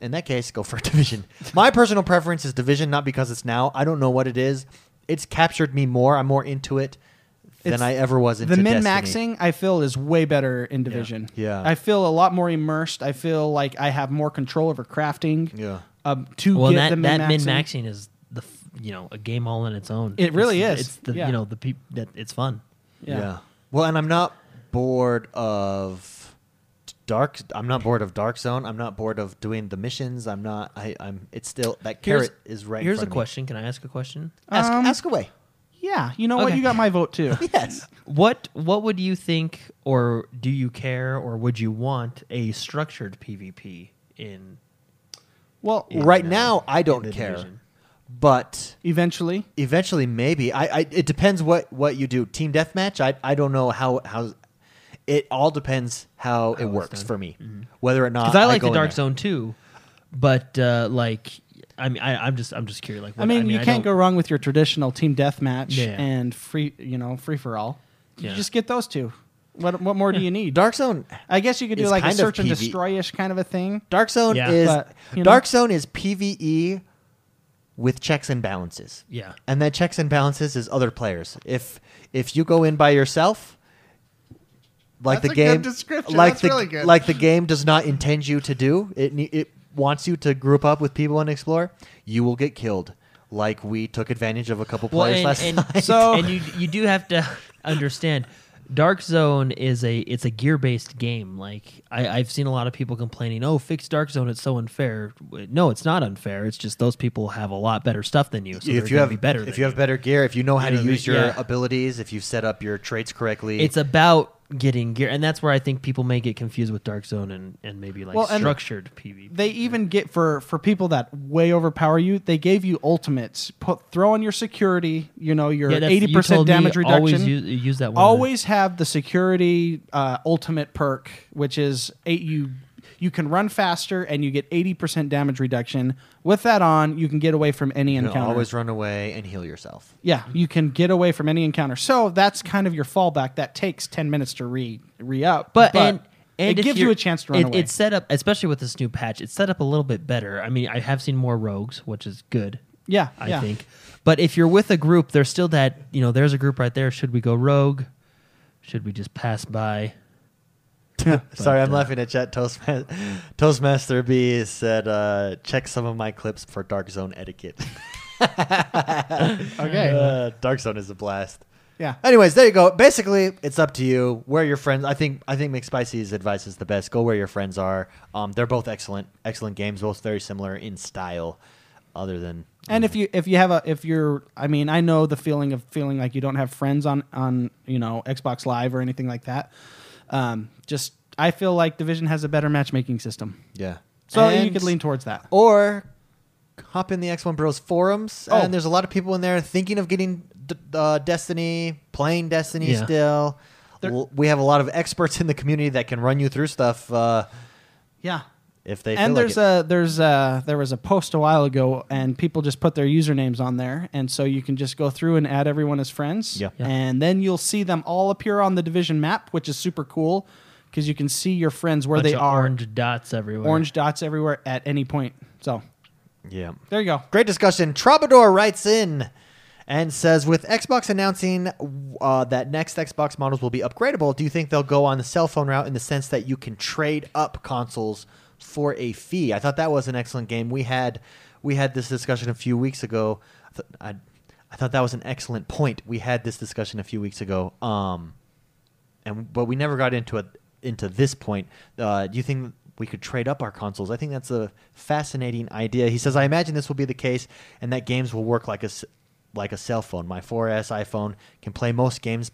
A: in that case, go for *laughs* Division. My personal preference is Division, not because it's now. I don't know what it is. It's captured me more. I'm more into it
B: It's-
A: than I ever was into
B: The min
A: Destiny.
B: maxing I feel is way better in division.
A: Yeah.
B: I feel a lot more immersed. I feel like I have more control over crafting.
A: Yeah.
B: Um, to
C: Well,
B: get
C: that
B: the min
C: that min maxing is the f- you know a game all on its own.
B: It really
C: It's-
B: is.
C: It's the
B: Yeah.
C: you know the people that it's fun.
A: Yeah. Well, and I'm not bored of t- Dark. I'm not bored of Dark Zone. I'm not bored of doing the missions. I'm not. I, I'm. It's still that
C: Here's-
A: carrot is right. in
C: Here's a
A: front of me.
C: question. Can I ask a question?
A: Ask,
B: Um,
A: ask away. *laughs*
B: Yeah, you know what?
C: Okay.
B: You got my vote
C: *laughs*
B: too.
A: Yes.
C: What What would you think, or do you care, or would you want a structured PvP in?
B: Well,
C: in,
A: right
C: uh,
A: now, I
C: in
A: don't
C: the
A: care,
C: division?
A: but
B: eventually,
A: eventually maybe I, I it depends what what you do team deathmatch i i don't know how how it all depends how,
C: How
A: it
C: it's
A: works
C: done.
A: for me whether or not
C: because I like
A: Uh, go
C: the
A: in
C: Dark
A: there.
C: Zone too, but uh, like, I mean, I, I'm just, I'm just curious. Like, what,
B: I mean, you can't
C: don't-
B: go wrong with your traditional team deathmatch
C: Yeah.
B: and free, you know, free for all.
C: Yeah.
B: You just get those two. What what more do you need?
A: dark zone
B: I guess you could do
A: is
B: like a
A: kind of
B: search and
A: PV.
B: destroy ish kind of a thing.
A: dark zone
C: Yeah.
A: is
B: But, you know.
A: dark zone is pve with checks and balances
C: Yeah.
A: and that checks and balances is other players if if you go in by yourself like
D: That's
A: the
D: a good
A: game
D: description.
A: like
D: That's
A: the
D: really good.
A: like the game does not intend you to do it ne- it wants you to group up with people and explore you will get killed like we took advantage of a couple
C: Well,
A: players
C: and,
A: last
C: and,
A: night
B: So-
C: and you you do have to understand. Dark Zone is a it's a gear based game. Like I, I've seen a lot of people complaining, "Oh, fix Dark Zone. It's so unfair." No, it's not unfair. It's just those people have a lot better stuff than you.
A: *laughs*
C: So
A: if you have
C: be better,
A: if
C: than
A: you have better gear if you know how to
C: You know what I
A: use
C: mean?
A: your
C: Yeah.
A: abilities if you set up your traits correctly
C: it's about getting gear, and that's where I think people may get confused with Dark Zone and and maybe like
B: Well, and-
C: structured PvP.
B: They even get for for people that way overpower you. They gave you ultimates. Put throw on your security. You know your
C: Yeah, that's- you
B: eighty percent
C: told me
B: damage reduction.
C: Always use, use that one.
B: always have the security uh, ultimate perk, which is eight, you you can run faster and you get eighty percent damage reduction. With that on, you can get away from any
A: you know,
B: encounter.
A: always run away and heal yourself
B: yeah, you can get away from any encounter. So that's kind of your fallback. That takes ten minutes to re re up,
C: but, and
B: it
C: and if
B: gives you
C: you're-
B: a chance to run
C: it,
B: away.
C: It's set up, especially with this new patch. It's set up a little bit better. I mean, I have seen more rogues, which is good.
B: yeah,
C: I
B: yeah.
C: think. But if you're with a group, there's still that you know. There's a group right there. Should we go rogue? Should we just pass by?
A: Sorry, I'm
C: uh,
A: laughing at chat. Toastmaster, *laughs* Toastmaster B said, uh, check some of my clips for Dark Zone
B: *laughs*
A: etiquette.
B: Okay,
A: Uh, Dark Zone is a blast.
B: yeah.
A: Anyways, there you go. Basically, it's up to you where your friends. I think I think McSpicy's advice is the best. Go where your friends are. Um, they're both excellent, excellent games. Both very similar in style, other than
B: And if you if you have a if you're I mean I know the feeling of feeling like you don't have friends on on you know Xbox Live or anything like that. Um, just I feel like Division has a better matchmaking system,
A: yeah.
B: so you
A: And-
B: could lean towards that.
A: or hop in the X1 Bros forums.
B: Oh.
A: And there's a lot of people in there thinking of getting d- uh, Destiny, playing Destiny
C: Yeah.
A: still.
B: There-
A: L- we have a lot of experts in the community that can run you through stuff uh,
B: Yeah.
A: if they
B: And
A: feel
B: there's
A: like it.
B: a there's a there was a post a while ago, and people just put their usernames on there, and so you can just go through and add everyone as friends.
A: Yeah. Yeah.
B: And then you'll see them all appear on the division map, which is super cool because you can see your friends where
C: Bunch
B: they
C: of
B: are,
C: orange dots everywhere.
B: orange dots everywhere at any point. So
A: yeah.
B: there you go.
A: Great discussion. Troubadour writes in and says With Xbox announcing uh, that next Xbox models will be upgradable, do you think they'll go on the cell phone route in the sense that you can trade up consoles for a fee? I thought that was an excellent game. We had we had this discussion a few weeks ago. I, th- I, I thought that was an excellent point. We had this discussion a few weeks ago. Um, and but we never got into a, into this point. Uh, do you think we could trade up our consoles? I think that's a fascinating idea. He says, I imagine this will be the case, and that games will work like a s- like a cell phone. My 4S iPhone can play most games,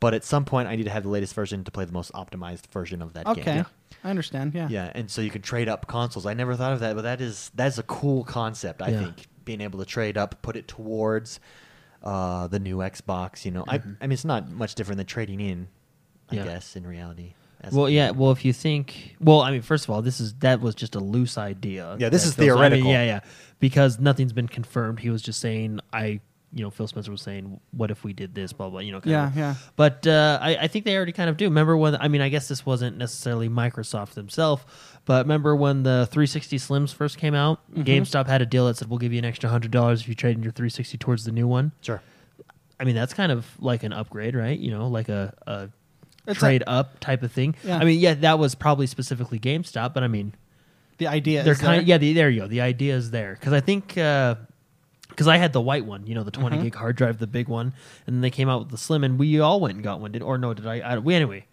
A: but at some point I need to have the latest version to play the most optimized version of that
B: Okay,
A: game.
B: I understand. Yeah.
A: *laughs* Yeah, and so you can trade up consoles. I never thought of that, but that is that's a cool concept. I
C: Yeah.
A: think being able to trade up, put it towards uh, the new Xbox. You know, I, I mean, it's not much different than trading in. I
C: Mm-hmm. Yeah.
A: guess in reality. as
C: Well, e
A: a-
C: yeah. Well, if you think, well, I mean, first of all, this is that was just a loose idea.
A: Yeah, this
C: That
A: is
C: Phil- I mean,
A: theoretical.
C: yeah, yeah, because nothing's been confirmed. He was just saying, I, you know, Phil Spencer was saying, what if we did this, blah blah, you know. Kind
B: Yeah,
C: of.
B: yeah.
C: But uh, I, I think they already kind of do. Remember when? I mean, I guess this wasn't necessarily Microsoft themselves, but remember when the 360 Slims first came out?
B: Mm-hmm.
C: GameStop had a deal that said, we'll give you an extra hundred dollars if you trade in your 360 towards the new one.
A: sure.
C: I mean, that's kind of like an upgrade, right? You know, like a, a
B: It's
C: trade up type of thing.
B: Yeah.
C: I mean, yeah, that was probably specifically GameStop, but I mean,
B: The idea
C: they're
B: is
C: kind
B: there.
C: of, yeah, the, there you go. The idea is there. Because I think, because I had the white one, you know, the 20
B: Mm-hmm.
C: gig hard drive, the big one, and then they came out with the slim, and we all went and got one, did, or no, did I? I we, anyway.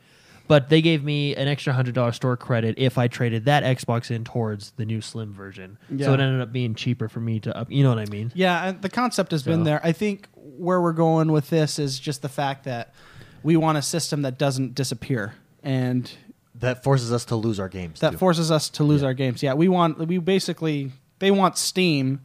C: But they gave me an extra hundred dollar store credit if I traded that Xbox in towards the new Slim version.
B: Yeah.
C: So it ended up being cheaper for me to up. You know what I mean?
B: Yeah, and the concept has been
C: So-
B: there. I think where we're going with this is just the fact that we want a system that doesn't disappear and
A: That forces us to lose our games.
B: that
A: too.
B: forces us to lose
A: Yeah.
B: our games. Yeah, we want we basically they want Steam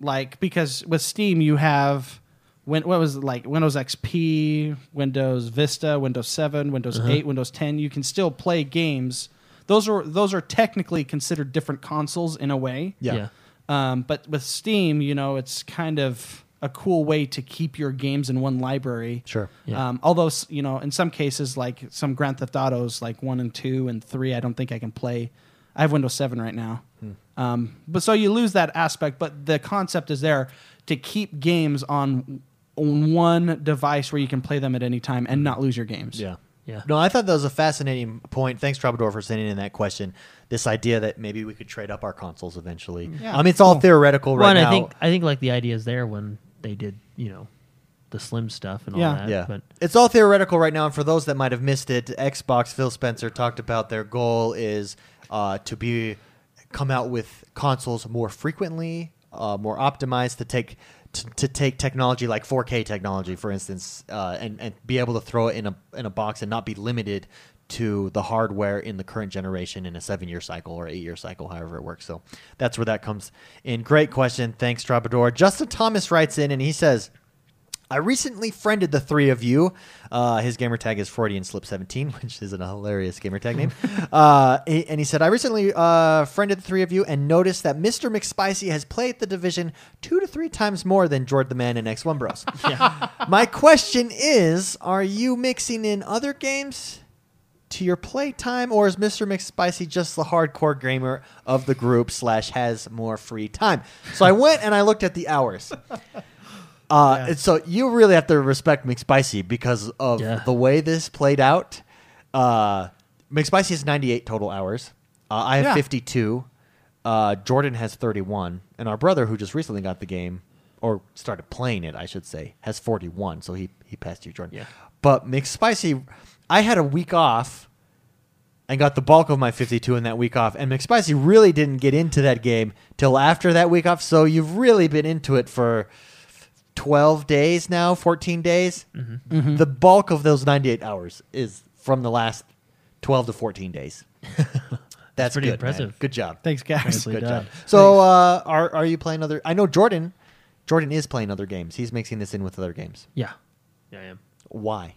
B: like because with Steam you have when what was it, like Windows XP, Windows Vista, Windows 7, Windows
A: Uh-huh.
B: 8, Windows 10, you can still play games. Those are those are technically considered different consoles in a way.
A: Yeah.
B: Um, but with Steam, you know, it's kind of a cool way to keep your games in one library.
A: Sure.
C: Yeah.
B: Um, although, s- you know, in some cases, like some Grand Theft Autos, like one and two and three, I don't think I can play. I have Windows 7 right now.
C: Hmm.
B: Um, but so you lose that aspect, but the concept is there to keep games on, on one device where you can play them at any time and not lose your games.
A: Yeah.
C: Hmm. Yeah.
A: No, I thought that was a fascinating point. Thanks, Troubadour, for sending in that question. This idea that maybe we could trade up our consoles eventually.
B: Yeah,
A: I mean, it's all
B: cool.
A: theoretical
C: well,
A: right
C: and
A: now.
C: I think I think like the idea is there when they did you know the Slim stuff and all
B: Yeah.
C: that.
A: yeah.
B: *laughs*
C: But
A: It's all theoretical right now. And for those that might have missed it, Xbox, Phil Spencer talked about their goal is uh, to be come out with consoles more frequently, uh, more optimized to take. To, to take technology like 4K technology, for instance, uh, and and be able to throw it in a in a box and not be limited to the hardware in the current generation in a seven year cycle or eight year cycle, however it works. So that's where that comes in. Great question, thanks, Troubadour. Justin Thomas writes in and he says, I recently friended the three of you. Uh, his gamer tag is Freudian Slip 17, *laughs* which is a hilarious gamer tag name. uh, he- and he said, I recently uh, friended the three of you and noticed that Mr. McSpicy has played the division two to three times more than Jord the Man and X1 Bros. My question is Are you mixing in other games? to your playtime, or is Mr. McSpicy just the hardcore gamer of the group slash has more free time? So I went and I looked at the hours. Uh, and So you really have to respect McSpicy because of
C: Yeah.
A: the way this played out. Uh, McSpicy has 98 total hours. Uh, I have
B: Yeah.
A: 52. Uh, Jordan has 31. And our brother, who just recently got the game, or started playing it, I should say, has 41. So he, he passed you, Jordan.
C: Yeah.
A: But McSpicy, I had a week off and got the bulk of my 52 in that week off. And McSpicy really didn't get into that game till after that week off. So you've really been into it for 12 days now, 14 days.
C: Mm-hmm.
A: The bulk of those 98 hours is from the last 12 to 14 days. *laughs* That's
C: pretty
A: good, man.
C: impressive.
A: Good job.
B: Thanks, guys.
C: Nicely
A: Good
C: done.
A: job. So uh, are, are you playing other? I know Jordan. Jordan is playing other games. He's mixing this in with other games.
C: yeah, yeah, I am.
A: Why?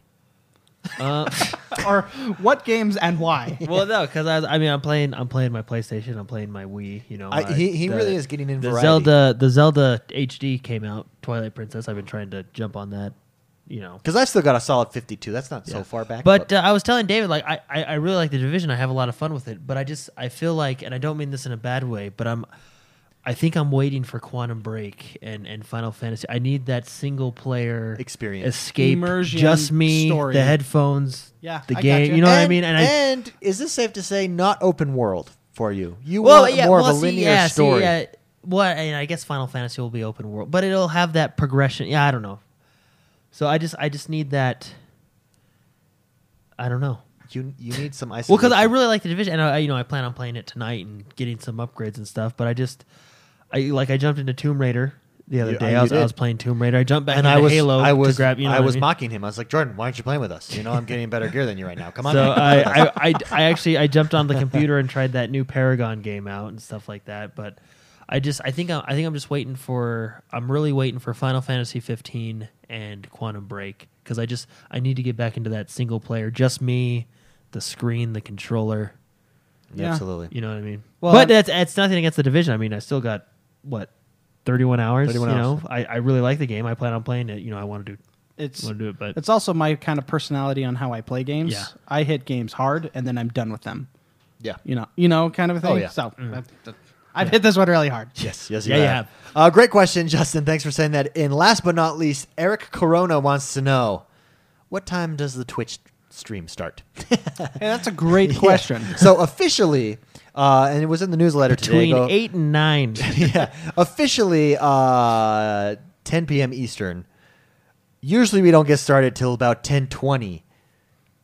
C: Uh,
B: *laughs* or what games and
C: *laughs*
B: why?
C: well, no, because I, I mean, I'm playing, I'm playing my PlayStation, I'm playing Oh my Wii. You know,
A: I-
C: I-
A: he- he really is getting in
C: The
A: variety.
C: Zelda, the Zelda HD came out, Twilight Princess. I've been trying to jump on that. You know,
A: Because I still got a solid 52. That's not
C: Yeah.
A: so far back.
C: But uh, I was telling David, like, I, I, I really like the division. I have a lot of fun with it. But I just, I feel like, and I don't mean this in a bad way, but I'm, I think I'm waiting for Quantum Break and, and Final Fantasy. I need that single player
A: Experience.
C: escape,
B: Immersion
C: just me,
B: story.
C: the headphones,
B: Yeah,
C: the
B: I
C: game.
B: gotcha.
C: You know what I
A: And-
C: mean? And, I.
A: and is this safe to say not open world for you? You
C: well,
A: want
C: yeah,
A: more
C: well,
A: of a
C: see,
A: linear
C: yeah, see,
A: story.
C: yeah. Well, and I guess Final Fantasy will be open world, but it'll have that progression. Yeah, I don't know. So I just, I just need that. I don't know.
A: You you need some isolation.
C: Well, because I really like the division, and I, you know, I plan on playing it tonight and getting some upgrades and stuff. But I just, I like, I jumped into Tomb Raider the other
A: You- oh,
C: day.
A: you
C: I was, I
A: did.
C: was playing Tomb Raider. I jumped back
A: and
C: into
A: I was
C: Halo.
A: I was
C: to grab, you know
A: I
C: what
A: was
C: mean?
A: mocking him. I was like, Jordan, why aren't you playing with us? You know, I'm getting better gear than you right now. Come on.
C: So
A: man. *laughs*
C: I, I, I, I actually I jumped on the computer and tried that new Paragon game out and stuff like that. But I just I think I'm, I think I'm just waiting for I'm really waiting for Final Fantasy 15 and Quantum Break because I just I need to get back into that single player, just me, the screen, the controller.
B: Yeah.
A: Absolutely.
C: You know what I mean?
B: Well,
C: but
B: I'm-
C: that's it's nothing against the division. I mean, I still got what thirty one hours.
A: 31
C: you
A: hours.
C: know, I, I really like the game. I plan on playing it. You know, I want to do
B: It's
C: want to do it, but
B: It's also my kind of personality on how I play games.
C: Yeah.
B: I hit games hard and then I'm done with them.
A: Yeah.
B: You know, you know, kind of a thing.
A: Oh, yeah.
B: So
C: Mm-hmm.
B: that- that- I've hit this one really
C: *laughs*
B: hard.
A: Yes, yes,
C: Yeah,
A: you
C: you
A: have.
C: have.
A: Uh, great question, Justin. Thanks for saying that. And last but not least, Eric Corona wants to know what time does the Twitch stream
C: *laughs*
A: start?
B: Hey, that's a great question.
A: so officially, uh, and it was in the newsletter today.
C: between
A: go-
C: eight and *laughs* nine.
A: *laughs* yeah, officially uh, 10 p.m. Eastern. Usually we don't get started till about 10:20
B: The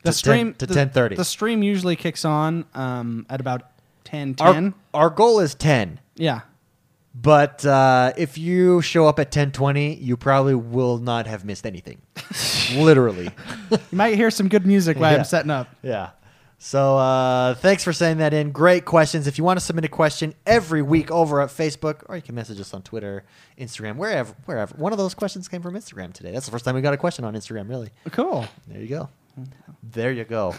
A: To 10
B: stream
A: to
B: the-
A: 10:30.
B: The stream usually kicks on um, at about ten ten.
A: Our, our goal is 10.
B: yeah,
A: But uh, if you show up at 10:20, you probably will not have missed
B: *laughs*
A: anything. Literally.
B: you might hear some good music while
A: Yeah.
B: I'm setting up.
A: Yeah. So uh, thanks for sending that in. Great questions. If you want to submit a question every week over at Facebook, or you can message us on Twitter, Instagram, wherever, wherever. One of those questions came from Instagram today. That's the first time we got a question on Instagram. Really. *laughs*
B: Cool.
A: There you go. There you
C: *laughs*
A: go.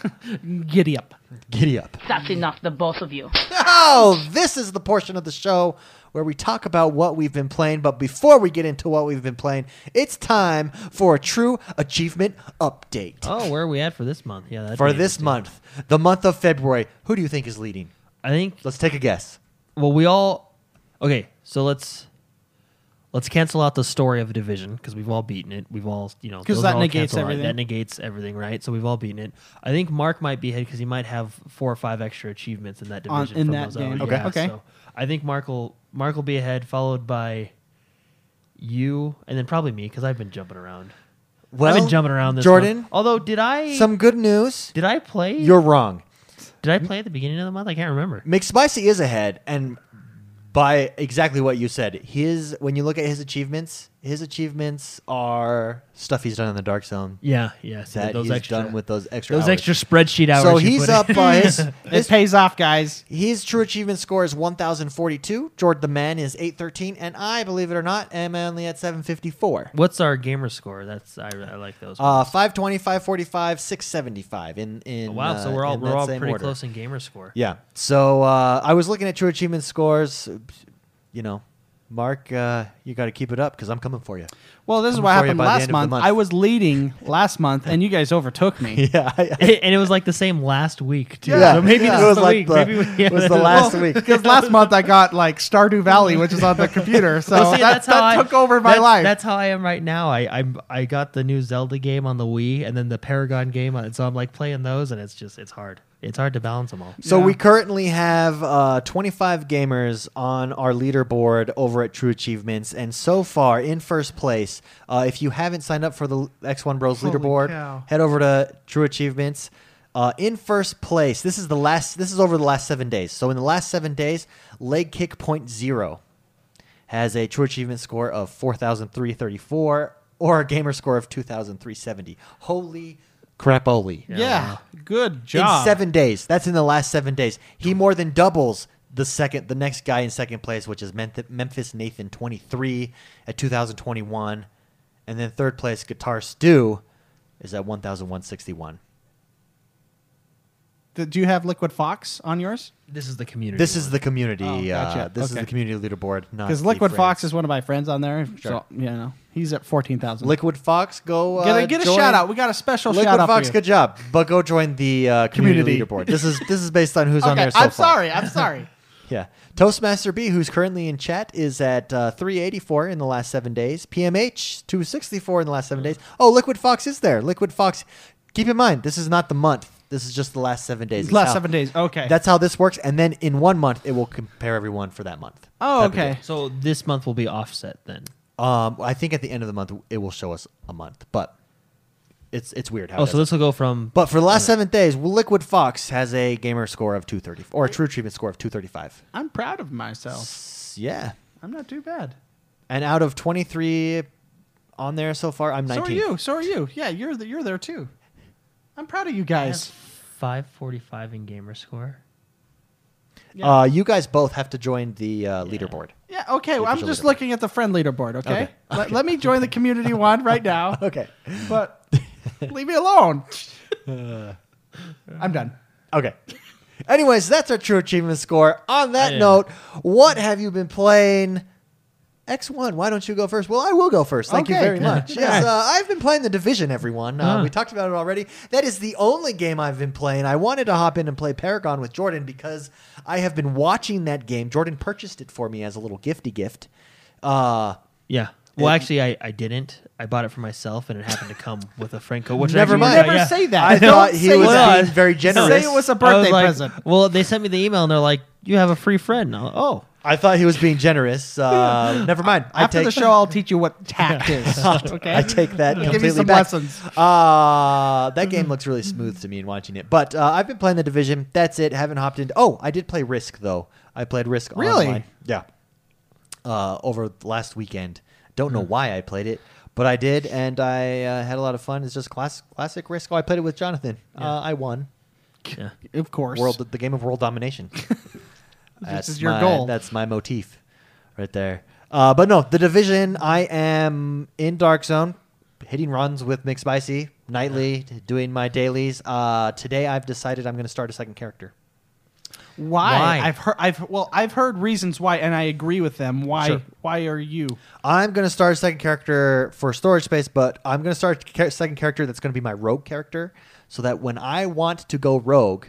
B: Giddy up.
A: Giddy up.
D: That's enough, the both of you.
A: Oh, this is the portion of the show where we talk about what we've been playing. But before we get into what we've been playing, it's time for a true achievement update.
C: Oh, where are we at for this month? Yeah, that'd
A: for
C: be
A: this
C: interesting.
A: month, the month of February, who do you think is leading?
C: I think.
A: Let's take a guess.
C: Well, we all. Okay, so let's let's cancel out the story of a division because we've all beaten it. We've all you know
B: 'Cause
C: those
B: that
C: are all
B: negates
C: cancel out.
B: everything.
C: That negates everything, right? So we've all beaten it. I think Mark might be ahead because he might have four or five extra achievements in that
B: On-
C: division
B: in
C: from
B: that
C: those
B: game.
C: out.
B: Okay.
C: Yeah,
B: Okay.
C: So I think Mark will Mark will be ahead, followed by you, and then probably me because I've been jumping around.
A: Well,
C: I've been jumping around this
A: Jordan,
C: month. Although, did I
A: Some good news.
C: did I play?
A: You're wrong.
C: did I play at the beginning of the month? I can't remember.
A: McSpicy is ahead, and by exactly what you said, his when you look at his achievements, his achievements are stuff he's done in the dark zone
C: Yeah, yeah. So
A: that
C: those
A: he's
C: extra,
A: done with those extra
C: those
A: hours.
C: extra spreadsheet hours.
A: So
C: you
A: he's
C: put
A: up.
C: in.
A: Uh,
C: *laughs*
A: his,
B: It
A: his
B: pays off, guys.
A: his true achievement score is 1,042. George the man is 813, and I, believe it or not, am only at 754.
C: What's our gamer score? That's I, I like those.
A: Uh, 520, 545, 675 in, in
C: Oh, wow, so
A: uh,
C: we're all
A: in
C: we're
A: that
C: all
A: same
C: pretty
A: order.
C: close in gamer score.
A: Yeah. So uh, I was looking at true achievement scores. You know, Mark, uh, you got to keep it up because I'm coming
C: *laughs*
A: for you.
B: Well, this is
A: Coming
B: what
A: for you
B: happened
A: by the end
B: last
A: of the
B: month.
A: month.
B: I was leading last month, and you guys
A: *laughs*
B: overtook me. *laughs*
A: Yeah. I,
C: *laughs* and it was like the same last week too. So maybe
A: yeah.
C: this
A: it
C: is
A: was
C: the
A: like
C: week.
A: the,
C: maybe we, yeah,
A: it
C: *laughs*
A: was the last week.
B: Because last month I got like Stardew Valley, which is on the
A: *laughs*
B: computer, so
C: Well, see,
B: that,
C: how
B: that
C: I-
B: took over my
C: that's-
B: life.
C: That's how I am right now. I I'm, I got the new Zelda game on the Wii and then the Paragon game on it. So I'm like playing those, and it's just it's hard. It's hard to balance them all.
A: So
B: Yeah.
A: we currently have uh, 25 gamers on our leaderboard over at True Achievements, and so far in first place. Uh, if you haven't signed up for the X1 Bros
B: Holy
A: leaderboard,
B: cow.
A: head over to True Achievements. Uh, in first place, this is the last. This is over the last seven days. So in the last seven days, leg kick point zero has a true achievement score of 4,334 or a gamer score of 2,370. Holy crapoli!
B: yeah. good
A: in
B: job.
A: seven days. That's in the last seven days. He more than doubles the second, the next guy in second place, which is Memphis, Memphis Nathan, twenty three at two thousand twenty one, and then third place Guitar Stew is at one thousand one sixty one.
B: Th- Do you have Liquid Fox on yours?
C: This is the community.
A: This is
C: one.
A: the community.
B: Oh, gotcha.
A: uh, this is
B: Okay.
A: the community leaderboard.
B: Because Liquid Fox is one of my friends on there.
A: Sure.
B: So, you know, he's at 14,000.
A: Liquid Fox, go uh,
B: Get a, get a
A: join-
B: shout out. We got a special
A: Liquid
B: shout out.
A: Fox,
B: for you.
A: good job. But go join the uh, community,
B: Community.
A: leaderboard. This is this is based
B: *laughs*
A: on who's on
B: Okay,
A: there so
B: I'm
A: far.
B: sorry. I'm sorry.
A: Yeah. Toastmaster B, who's currently in chat, is at uh, 384 in the last seven days. PMH, 264 in the last seven days. Oh, Liquid Fox is there. Liquid Fox. Keep in mind, this is not the month. This is just the last seven days. *laughs* It's
B: Last
A: how-
B: seven days. Okay.
A: That's how this works. And then in one month, it will compare everyone for that month.
B: oh,
A: That'd be
B: okay.
C: So this month will be offset then.
A: good. Um, I think at the end of the month, it will show us a month, but it's it's weird how.
C: Oh,
A: it
C: so
A: does it.
C: this will go from
A: But for the last seven days, Liquid Fox has a gamer score of 230 or a true treatment score of 235.
B: I'm proud of myself.
A: Yeah.
B: I'm not too bad.
A: And out of 23 on there so far, I'm 19.
B: So are you. So are you. Yeah, you're the, you're there too. I'm proud of you guys.
C: five forty five in gamer score.
B: Yeah.
A: Uh, you guys both have to join the uh, leaderboard. *laughs*
B: yeah. Okay. Well, I'm
A: official
B: just
A: leaderboard.
B: looking at the friend leaderboard. Okay.
A: Okay.
B: Let, let me join the community one right now.
A: *laughs* Okay. *laughs*
B: But leave me alone.
A: Uh,
B: I'm done.
A: Okay. Anyways, that's our true achievement score. On that
C: Yeah.
A: note, what have you been playing? X1, why don't you go first? Well, I will go first. Thank you
B: Okay.
A: very
B: Yeah. *laughs* Uh-huh.
A: much. Yes, uh, I've been playing The Division, everyone. Uh,
C: Huh.
A: We talked about it already. That is the only game I've been playing. I wanted to hop in and play Paragon with Jordan because I have been watching that game. Jordan purchased it for me as a little gifty gift. Uh,
C: Yeah. Well, actually, I, I didn't. I bought it for myself, and it happened to *laughs* come with a Franco. Which
A: Never
C: actually
A: mind.
C: worked out,
B: Never
C: yeah.
B: say that.
A: I
B: Don't
A: thought he
B: say
A: was
B: that.
A: being very generous.
B: Say it was a
C: I was
B: birthday
C: like-
B: present.
C: Well, they sent me the email, and they're like, "You have a free friend." And I'm like, oh,
A: I thought he was being generous. Uh,
B: *laughs*
A: never mind. I
B: After
A: take,
B: the show, I'll teach you what tact is. Okay.
A: *laughs* I take that
B: Give me
A: completely
B: some
A: back.
B: lessons.
A: Uh, that game looks really smooth to me in watching it. But uh, I've been playing the division. That's it. Haven't hopped into. Oh, I did play Risk though. I played Risk
B: Really?
A: online. Yeah. Uh, over the last weekend. Don't
B: Hmm.
A: know why I played it, but I did, and I uh, had a lot of fun. It's just class, classic Risk. Oh, I played it with Jonathan. Uh, I won.
C: yeah.
B: Of course.
A: World, the game of world
B: *laughs*
A: domination.
B: is your
A: my,
B: goal.
A: That's my motif, right there. Uh, but no, the division. I am in Dark Zone, hitting runs with McSpicy nightly, doing my dailies. Uh, today, I've decided I'm going to start a second character.
B: Why?
C: Why?
B: I've heard. I've well, I've heard reasons why, and I agree with them. Why?
C: Sure.
B: Why are you?
A: I'm going to start a second character for storage space, but I'm going to start a char- second character that's going to be my rogue character, so that when I want to go rogue,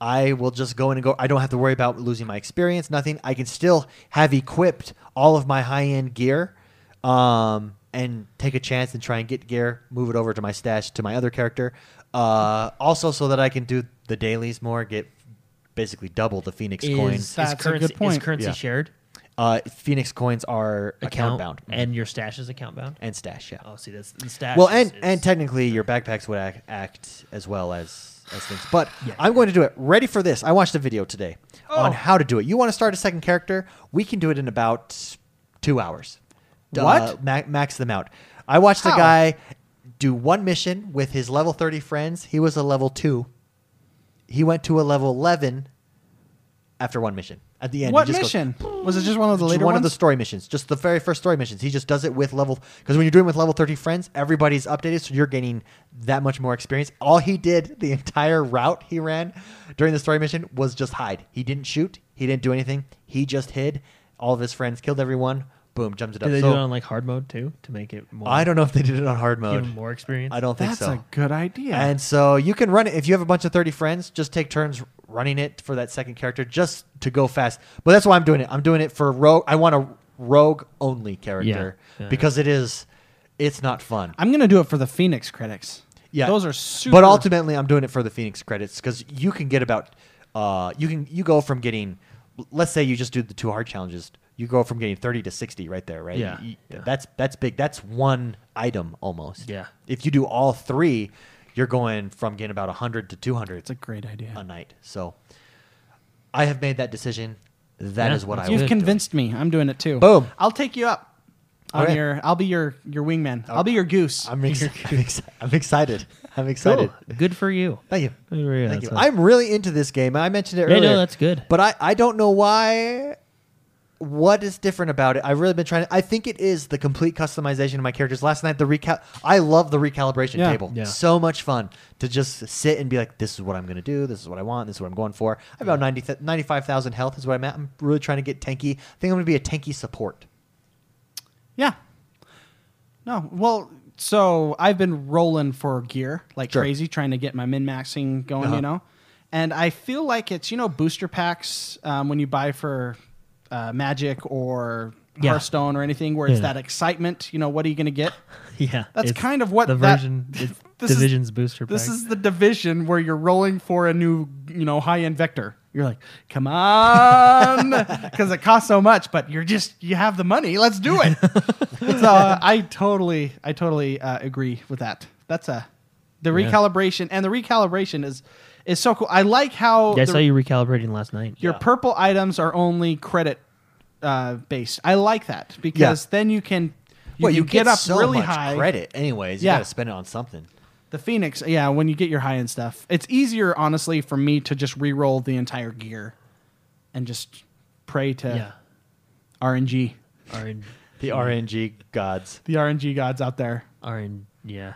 A: I will just go in and go. I don't have to worry about losing my experience, nothing. I can still have equipped all of my high end gear, um, and take a chance and try and get gear, move it over to my stash to my other character. Uh, also, so that I can do the dailies more, get basically double the Phoenix
C: Is,
A: coins.
B: That's
C: is
B: a good
C: currency,
B: point.
C: Is currency
A: Yeah.
C: shared?
A: Uh, Phoenix coins are account, bound
C: and your stash is account bound.
A: and stash. Yeah.
C: Oh, see, that's the stash.
A: Well,
C: is-
A: and
C: is-
A: and technically, your backpacks would act, act as well as as things. But
C: Yeah.
A: I'm going to do it. Ready for this? I watched a video today on
B: Oh.
A: how to do it. You want to start a second character? We can do it in about two hours. D-
B: What?
A: uh, ma- max them out. I watched a
B: How?
A: guy do one mission with his level 30 friends. He was a level two. He went to a level 11 after one mission. At the end, he
B: what
A: just goes,
B: mission? Was it just one of Oh, the
A: it's
B: later
A: one
B: ones?
A: of the story missions, just the very first story missions. He just does it with level because when you're doing with level thirty friends, everybody's updated, so you're gaining that much more experience. All he did the entire route he ran during the story mission was just hide. He didn't shoot. He didn't do anything. He just hid. All of his friends killed everyone. Boom, jumps it up.
C: do they
A: So,
C: do it on like hard mode too to make it more?
A: I don't know if they did it on hard
C: give
A: mode.
C: 'em more experience.
A: I don't think
B: That's
A: so.
B: a good idea.
A: And so you can run it if you have a bunch of 30 friends, just take turns running it for that second character just to go fast. But that's why I'm doing it. I'm doing it for rogue. I want a rogue only character
C: Yeah, yeah.
A: because it is it's not fun.
B: I'm gonna do it for the Phoenix critics.
A: Yeah.
B: Those are super.
A: But ultimately I'm doing it for the Phoenix credits cuz you can get about uh you can you go from getting let's say you just do the two hard challenges. You go from getting 30 to 60 right there, right?
C: Yeah,
A: You-
C: yeah.
A: That's that's big. That's one item almost.
C: Yeah.
A: If you do all 3, you're going from getting about 100 to 200
B: It's a great idea.
A: a night. So I have made that decision. That is
C: Yeah,
A: what I
C: that's
A: would
B: You've
A: do.
B: convinced me. I'm doing it too.
A: Boom.
B: I'll take you up.
A: All
B: On
A: right.
B: your, I'll be your your wingman. I'll be your goose.
A: I'm,
C: *laughs*
A: ex- I'm, ex- I'm excited. I'm excited.
C: Cool. Good for you.
A: Thank you.
C: Good for you.
A: Thank you.
C: That's a-
A: I'm really into this game. I mentioned it
C: Yeah, no,
A: earlier.
C: that's good.
A: But I, I don't know why. What is different about it? I've really been trying. To, I think it is the complete customization of my characters. Last night, the recal. I love the recalibration
B: Yeah.
A: table.
C: Yeah.
A: So much fun to just sit and be like, "This is what I'm going to do. This is what I want. This is what I'm going for." I have about 90, th- 95,000 health is what I'm at. I'm really trying to get tanky. I think I'm going to be a tanky support.
B: Yeah. No. Well, so I've been rolling for gear like
A: Sure.
B: crazy, trying to get my min maxing going,
A: Uh-huh.
B: you know? And I feel like it's, you know, booster packs um, when you buy for uh, Magic or
C: Yeah.
B: Hearthstone or anything where it's
C: Yeah.
B: that excitement, you know, what are you going to get?
C: *laughs* yeah.
B: That's
C: it's
B: kind of what
C: the
B: that- *laughs*
C: version. it's
B: This is-
C: divisions booster.
B: This
C: pack.
B: is the division where you're rolling for a new, you know, high end vector. You're like, come on, because it costs so much, but you're just you have the money. Let's do it. so uh, I totally, I totally uh, agree with that. That's a the
C: Yeah.
B: recalibration, and the recalibration is is so cool. I like how
A: Oh,
C: Yeah, I
B: the-
C: saw you recalibrating last night.
B: your purple items are only credit uh, based. I like that because then you can you
A: well,
B: can
A: you
B: get, up
A: so
B: really
A: much
B: high.
A: credit, anyways. You
B: Yeah.
A: got to spend it on something.
B: The Phoenix, yeah, when you get your high end stuff, it's easier, honestly, for me to just re roll the entire gear and just pray to
C: yeah.
B: RNG,
C: RN,
A: The RNG gods.
B: the RNG gods out there.
C: RN, yeah.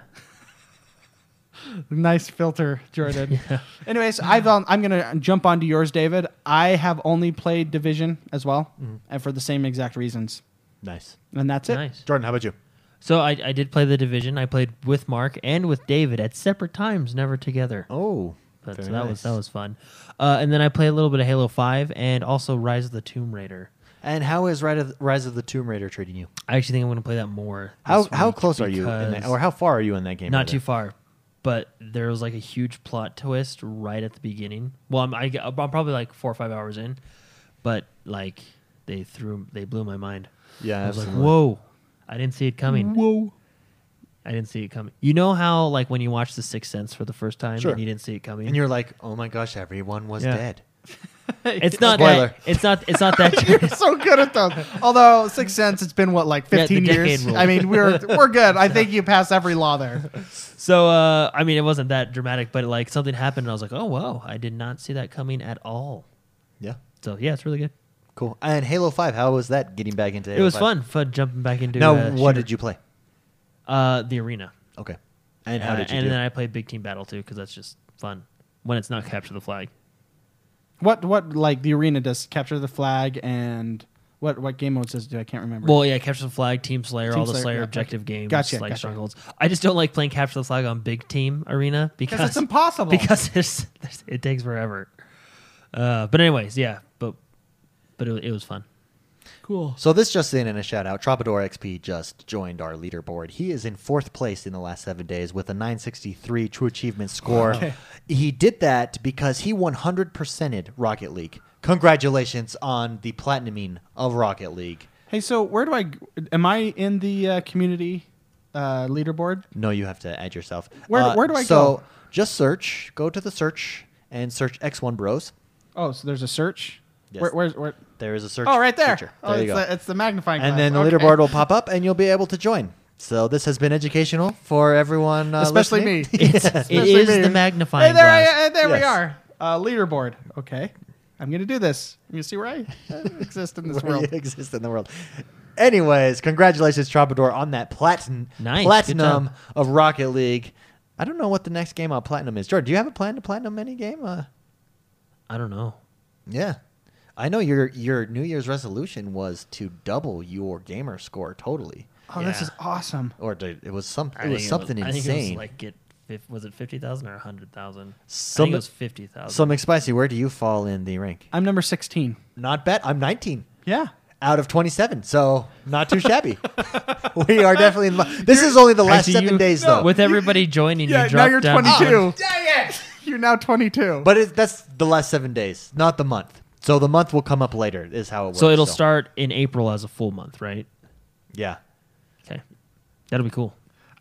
B: Nice filter,
C: *laughs*
B: Jordan. Anyways, I've um, I'm gonna jump onto yours, David. I have only played Division as well,
C: Mm.
B: and for the same exact reasons.
A: Nice.
B: And that's it.
C: Nice.
A: Jordan, how about you?
C: So I, I did play the division. I played with Mark and with David at separate times, never together.
A: Oh,
C: but so
A: very
C: that was
A: nice.
C: that was fun. Uh, and then I played a little bit of Halo Five and also Rise of the Tomb Raider.
A: And how is Rise of, Rise of the Tomb Raider treating you?
C: I actually think I'm going to play that more.
A: How
C: this
A: how
C: week
A: close are you, in that,
C: because-
A: or how far are you in that game?
C: Not too
A: rather?
C: far, but there was like a huge plot twist right at the beginning. Well, I'm, I, am i am probably like four or five hours in, but like they threw they blew my mind.
A: Yeah,
C: I was
A: absolutely.
C: like, whoa, I didn't see it coming.
B: Whoa.
C: I didn't see it coming. You know how like when you watch The Sixth Sense for the first time
A: Sure.
C: and you didn't see it coming.
A: And you're like, oh my gosh, everyone was
C: Yeah.
A: dead.
C: it's not
A: Spoiler.
C: that. It's not. It's not
A: *laughs*
C: that. *laughs*
B: You're *laughs* so good at those. Although Sixth Sense, it's been what like
C: Yeah, the
B: 15 years.
C: decade rule.
B: I mean, we're we're good.
C: *laughs*
B: I think you pass every law there.
C: So uh, I mean, it wasn't that dramatic, but like something happened, and I was like, "Oh wow, I did not see that coming at all."
A: Yeah,
C: So yeah, it's really good.
A: cool. And Halo Five, how was that getting back into?
C: It
A: Halo
C: was
A: 5?
C: fun, fun jumping back into.
A: Now,
C: uh,
A: what
C: shooter.
A: did you play?
C: Uh, the arena.
A: Okay, and how
C: Uh,
A: did you
C: And
A: do?
C: then I played Big Team Battle too because that's just fun when it's not capture the flag.
B: What what like the arena does capture the flag and what what game mode says do I can't remember.
C: Well, yeah, capture the flag, Team Slayer,
B: Team
C: all the
B: Slayer,
C: Slayer
B: yeah,
C: objective
B: okay.
C: games,
B: Gotcha,
C: like
B: gotcha.
C: strongholds. I just don't like playing capture the flag on Big Team Arena because
B: because it's impossible.
C: *laughs* Because there's, there's, it takes forever. Uh, but anyways, yeah, but but it, it was fun.
B: cool.
A: So this just in and a shout out. Troubadour XP just joined our leaderboard. He is in fourth place in the last seven days with a 963 true achievement score.
B: Okay.
A: *laughs* He did that because he 100%ed Rocket League. Congratulations on the platinuming of Rocket League.
B: Hey, so where do I g- am I in the uh, community uh, leaderboard?
A: No, you have to add yourself. Uh,
B: Where- where do I
A: so
B: go?
A: just search. Go to the search and search X1 Bros.
B: Oh, so there's a search.
A: Yes.
B: Where, where's where?
A: There is a search.
B: Oh, right there.
A: feature.
B: Oh,
A: you
B: it's,
A: go.
B: The, it's the magnifying
A: and
B: glass.
A: then the
B: Okay.
A: leaderboard will pop up, and you'll be able to join. So this has been educational for everyone, uh,
B: especially
A: listening.
B: me.
A: *laughs*
C: It's, it
B: Especially
C: is
B: me.
C: the
B: Hey,
C: magnifying
B: there,
C: glass.
B: I, uh, there we
A: Yes.
B: are. Uh, leaderboard. Okay, I'm gonna do this. I'm gonna see where I uh, exist in
A: *laughs*
B: this
A: where
B: world.
A: you exist in the world. Anyways, congratulations, Troubadour, on that platin-
C: Nice, good
A: platinum
C: job.
A: of Rocket League. I don't know what the next game on platinum is. Jordan, do you have a plan to platinum any game? Uh,
C: I don't know.
A: yeah, I know your your New Year's resolution was to double your gamer score totally,
B: Oh, this
C: Yeah.
B: is awesome.
A: or to, it was some
C: I
A: it
C: think
A: was something
C: I think it was
A: insane.
C: like get fif- was it fifty thousand or hundred thousand? I
A: Some-
C: think it was fifty thousand.
A: so McSpicy, where do you fall in the rank?
B: I'm number 16.
A: Not bad. I'm 19.
B: Yeah.
A: out of 27, so not too shabby. *laughs* we are definitely. In li- this is only the last
C: Actually,
A: seven
C: you-
A: days, though.
C: With everybody joining,
B: Yeah,
C: you
B: now
C: dropped
B: you're
C: down.
B: 22. *laughs* Dang it! You're now 22.
A: but it, that's the last seven days, not the month. So the month will come up later. Is how it works.
C: So it'll start in April as a full month, right?
A: Yeah.
C: Okay, that'll be cool.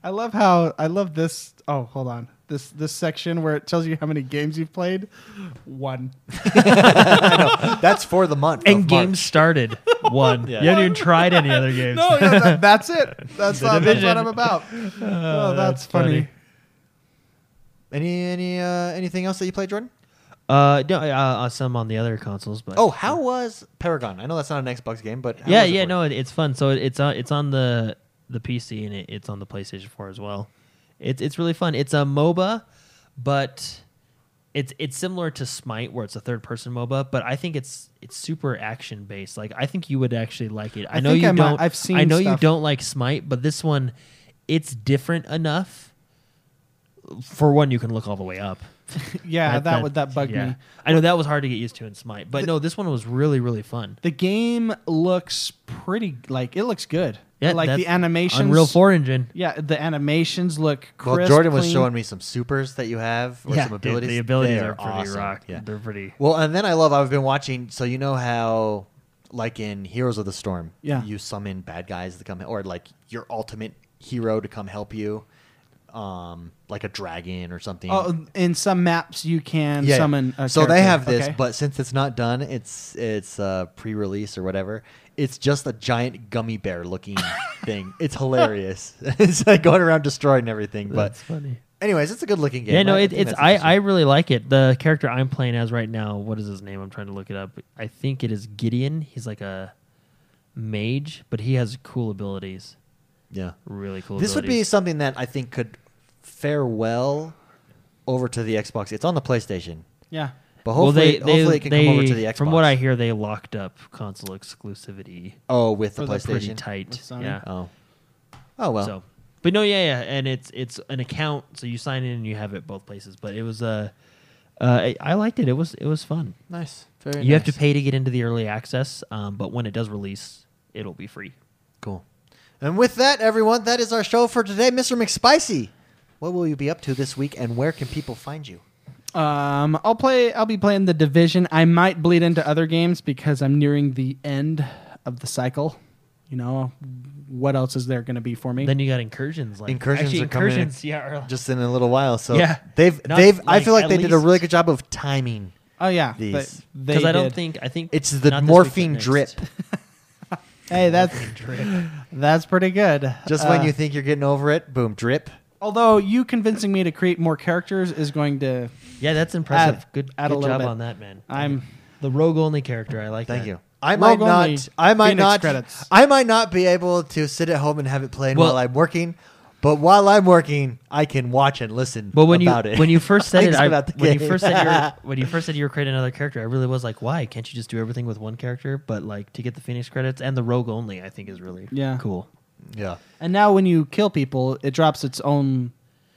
B: I love how I love this. Oh, hold on. This this section where it tells you how many games you've played. One.
A: That's for the month.
C: And
A: of
C: games
A: March. *laughs*
C: started one.
A: Yeah.
C: You haven't even tried
A: *laughs*
C: any other games.
B: No, yeah, that, that's it. That's, uh, that's what
C: division.
B: I'm about. oh, that's,
C: that's
B: funny.
C: funny.
A: Any any uh, anything else that you played, Jordan?
C: Uh, no, uh, uh, some on the other consoles, but
A: Oh, how was Paragon? I know that's not an Xbox game, but how
C: yeah,
A: was it
C: yeah,
A: for
C: no,
A: you?
C: it, it's fun. So it, it's on, it's on the the PC and it, it's on the PlayStation Four as well. It's it's really fun. It's a MOBA, but it's it's similar to Smite, where it's a third person MOBA, but I think it's it's super action based. Like I think you would actually like it. I,
B: I
C: know
B: think
C: you
B: I might-
C: don't.
B: I've seen
C: I know
B: stuff.
C: you don't like Smite, but this one, it's different enough. For one, you can look all the way up.
B: *laughs* Yeah, that, would that bugged
C: yeah.
B: me.
C: I know that was hard to get used to in Smite, but no, this one was really really fun.
B: The game looks pretty. Like it looks good.
C: Yeah,
B: like the
C: that's
B: animations.
C: Unreal Four engine.
B: Yeah, the animations look
A: Well,
B: crisp.
A: Jordan was
B: clean.
A: showing me some supers that you have or
B: Yeah,
A: some
B: dude,
A: abilities.
C: The abilities
A: They
C: are pretty
A: awesome.
C: rock.
A: Yeah.
C: They're pretty.
A: Well, and then I love I've been watching. So you know how, like in Heroes of the Storm,
B: Yeah.
A: you summon bad guys to come, or like your ultimate hero to come help you, um, like a dragon or something.
B: Oh, in some maps you can
A: Yeah, yeah.
B: summon. A
A: so they
B: character.
A: have this,
B: Okay.
A: but since it's not done, it's it's uh, pre-release or whatever. It's just a giant gummy bear
B: *laughs*
A: looking thing. It's hilarious. *laughs* it's like going around destroying everything. But
C: That's funny.
A: anyways, it's a good looking game.
C: Yeah, no,
A: I- I
C: it,
A: think
C: it's
A: that's
C: I, I
A: interesting.
C: really like it. The character I'm playing as right now, what is his name? I'm trying to look it up. I think it is Gideon. He's like a mage, but he has cool abilities.
A: yeah.
C: Really cool.
A: This would be something that I think could fare well over to the Xbox. It's on the PlayStation,
B: yeah.
A: but hopefully, hopefully it can come over to the Xbox.
C: From what I hear, they locked up console exclusivity
A: oh, with the
B: For the
C: pretty
A: PlayStation,
C: tight.
B: With Sony?
C: Yeah.
A: oh, oh well,
C: So, but no, yeah, yeah, and it's it's an account, so you sign in and you have it both places. But it was uh, uh I, I liked it. It was it was fun.
A: nice. Very
C: you have to
A: nice.
C: pay to get into the early access, um, but when it does release, it'll be free.
A: Cool. And with that, everyone, that is our show for today. Mr. McSpicy, what will you be up to this week, and where can people find you?
B: Um, I'll play. I'll be playing the division. I might bleed into other games because I'm nearing the end of the cycle. You know, what else is there going to be for me?
C: Then you got incursions. Like
A: Incursions
C: actually,
A: are coming in.
C: incursions, yeah, are
A: *laughs*
C: like-
A: Just in a little while, so
C: Yeah.
A: they've
C: Not
A: they've. I
C: like
A: feel like
C: at
A: they did a
C: least-
A: really good job of timing.
B: oh yeah,
A: These.
B: but they
C: Because I don't
B: did.
C: think I think
A: It's the
C: not this week, but
A: morphine
C: next.
A: drip.
C: *laughs*
B: Hey, that's
C: drip.
B: that's pretty good.
A: Just
B: Uh,
A: when you think you're getting over it, boom, drip.
B: although you convincing me to create more characters is going to.
C: Yeah, that's impressive.
B: Add-
C: good
B: add a
C: good
B: little
C: job
B: bit.
C: on that, man.
B: I'm
C: the rogue only character. I like.
A: Thank
C: that.
A: you. I
B: Rogue
A: might
B: only
A: not. I might
B: Phoenix
A: not.
B: credits.
A: I might not be able to sit at home and have it playing
C: Well-
A: while I'm working. But while I'm working, I can watch and listen.
C: But when
A: about
C: you
A: it.
C: when you first said it,
A: Things
C: I,
A: about the
C: when you
A: game.
C: first said you're, when you first said you were creating another character, I really was like, why can't you just do everything with one character? But like to get the phoenix credits and the rogue only, I think is really
B: Yeah.
C: cool.
A: *laughs* yeah.
B: and now when you kill people, it drops its own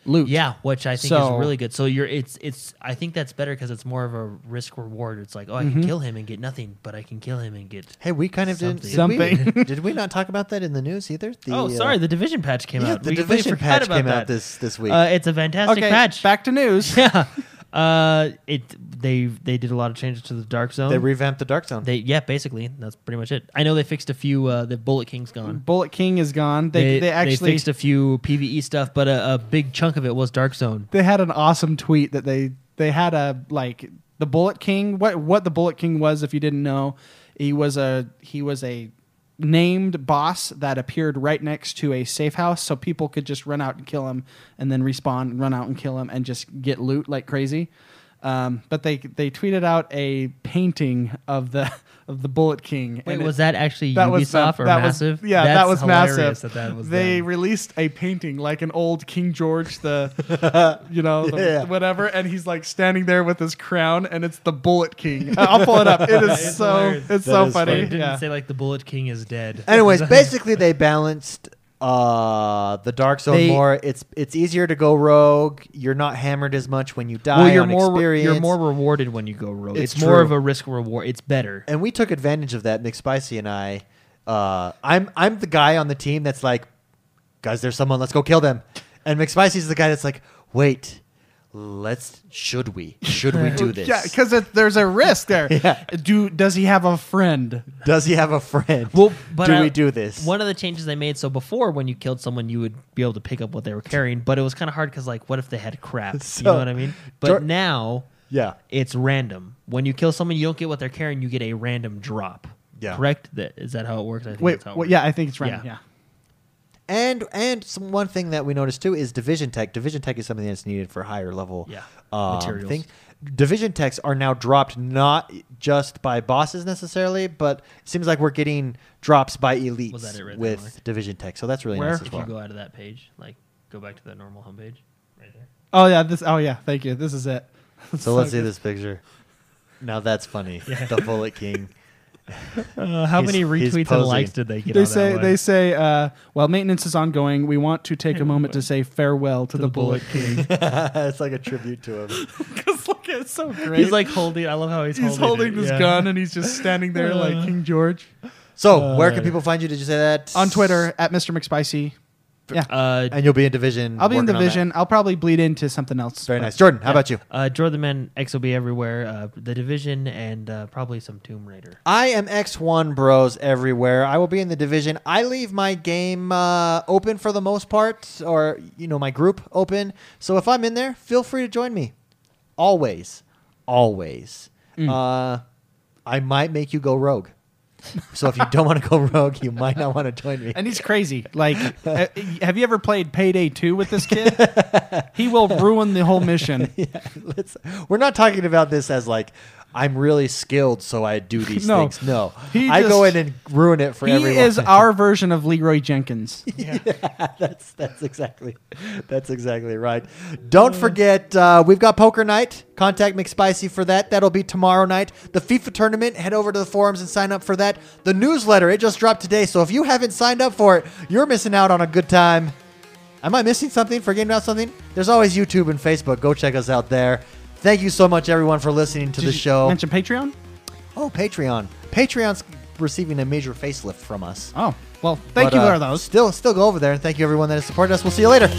B: loot.
C: Yeah, which I think
B: So-
C: is really good. So you're it's it's I think that's better because it's more of a risk reward. It's like oh,
B: Mm-hmm.
C: I can kill him and get nothing, but I can kill him and get.
A: Hey, we kind of did
B: Something.
A: Did we, *laughs*
B: Something.
A: did we not talk about that in the news either? The,
C: oh,
A: uh,
C: sorry, the division patch came
A: yeah,
C: out.
A: the
C: We completely
A: division
C: forgot
A: patch
C: about
A: came out
C: that.
A: this this week.
C: Uh, it's a fantastic
B: Okay.
C: patch.
B: Back to news.
C: *laughs* yeah. Uh, it they they did a lot of changes to the dark zone.
A: they revamped the Dark Zone.
C: um, They yeah, basically that's pretty much it. I know they fixed a few. Uh, the Bullet King's gone.
B: Bullet King is gone. They they, actually
C: fixed a few PVE stuff, but a, a big chunk of it was Dark Zone.
B: they had an awesome tweet that they they had a like the bullet king what what the bullet king was if you didn't know he was a he was a named boss that appeared right next to a safe house so people could just run out and kill him and then respawn and run out and kill him and just get loot like crazy um, but they they tweeted out a painting of the *laughs* of the bullet king
C: Wait,
B: and it-
C: was that actually
B: that
C: Ubisoft
B: was
C: or
B: that
C: Massive?
B: Was, yeah,
C: That's
B: that was
C: hilarious
B: massive.
C: That that was
B: they
C: them.
B: released a painting like an old King George
C: *laughs*
B: the, you know, the,
A: Yeah.
B: whatever, and he's like standing there with his crown, and it's the Bullet King. *laughs* Uh, I'll pull it up. It is
C: *laughs* It's
B: so
C: hilarious.
B: it's
A: That
B: so
A: is
C: They
B: funny.
A: funny.
C: didn't
B: Yeah.
C: say like the Bullet King is dead. *laughs*
A: Anyways,
B: *laughs*
A: basically they balanced uh the dark zone
C: They-
A: more it's it's easier to go rogue you're not hammered as much when you die
C: well, you're
A: on
C: more
A: experience
C: you're more rewarded when you go rogue.
A: It's
C: It's, more
A: true.
C: of a risk reward. It's better.
A: and we took advantage of that mcspicy and i uh i'm i'm the guy on the team that's like guys there's someone let's go kill them and mcspicy's the guy that's like wait let's should we should we do this
B: *laughs* Yeah, because there's a risk
C: *laughs*
B: there.
A: Yeah.
B: Do does he have a friend?
A: does he have a friend
C: Well, but
A: do
C: I-
A: we do this
C: One of the changes they made. So before, when you killed someone, you would be able to pick up what they were carrying, but it was kind of hard because, like, what if they
B: *laughs*
C: had crap? you
A: So,
C: know what I mean? But
A: Dor-
C: now,
A: yeah
C: it's random. When you kill someone, you don't get what they're carrying. You get a random drop.
A: Yeah.
C: Correct. That is that how it works. I think
B: Wait,
C: that's how it
B: well,
C: works.
B: yeah, I think it's random.
C: Yeah.
B: Yeah.
A: And and some, one thing that we noticed too is division tech. Division tech is something that's needed for higher level
C: Yeah.
A: um,
C: Materials.
A: things. Division techs are now dropped not just by bosses necessarily, but it seems like we're getting drops by elites
C: Was that it right there,
A: with
C: Mark?
A: division tech. So that's really
B: Where?
A: nice as
C: If
A: well.
C: you go out of that page, like go back to the normal homepage, right there.
B: Oh yeah. This. Oh yeah. Thank you. This is it. *laughs*
A: So let's see
B: good.
A: this picture. Now that's funny.
C: *laughs* Yeah.
A: The Bullet
C: *laughs*
A: King. *laughs*
C: Uh, how
A: He's-
C: many
A: he's
C: retweets and
A: posing.
C: likes did they get?
B: They
C: on
B: say
C: That
B: they
C: one?
B: say uh, while maintenance is ongoing, we want to
C: *laughs*
B: take a moment to say farewell to, the,
C: the
B: Bullet
C: Bullet
B: King.
A: it's like a tribute to him.
B: Because look, it's so great.
C: He's like holding. I love how he's,
B: he's
C: holding,
B: holding
C: it.
B: this
C: Yeah.
B: gun and he's just standing there like King George
A: So where can
C: Uh,
A: people find you? Did you say that
B: on Twitter at Mr McSpicy. Yeah,
C: Uh,
A: And you'll be in division.
B: I'll be
A: working
B: in the
A: on that.
B: vision. I'll probably bleed into something else.
A: Very
B: but-
A: nice, Jordan. How
C: yeah.
A: about you?
C: Uh, Draw the Man X will be everywhere. Uh, the Division and uh, probably some Tomb Raider.
A: I am X1 Bros everywhere. I will be in the division. I leave my game uh, open for the most part, or you know, my group open. So if I'm in there, feel free to join me. Always, always.
B: Mm.
A: Uh, I might make you go rogue. So if you don't want to go rogue, you might not want to join me.
B: And he's crazy. Like, uh, have you ever played Payday Two with
A: *laughs*
B: this kid? he will ruin the whole mission.
A: Yeah, *laughs* let's, we're not talking about this as like I'm really skilled, so I do these
B: *laughs* No.
A: things. No,
B: He
A: I go in
B: just-
A: and ruin it *laughs* for
B: He
A: everyone.
B: is our version of Leroy Jenkins.
A: *laughs* that's that's exactly that's exactly right. Don't forget, uh, we've got poker night. Contact McSpicy for that. That'll be tomorrow night. The FIFA tournament. Head over to the forums and sign up for that. The newsletter it just dropped today, so if you haven't signed up for it, you're missing out on a good time. Am I missing something? Forgetting about something? There's always YouTube and Facebook. Go check us out there. Thank you so much, everyone, for listening to
B: Did
A: the
B: you
A: show.
B: Mention Patreon.
A: Oh, Patreon. Patreon's receiving a major facelift from us.
B: Oh, well, thank
A: But,
B: you
A: uh,
B: for those.
A: Still, still go over there and thank you everyone that has supported us. We'll see you later.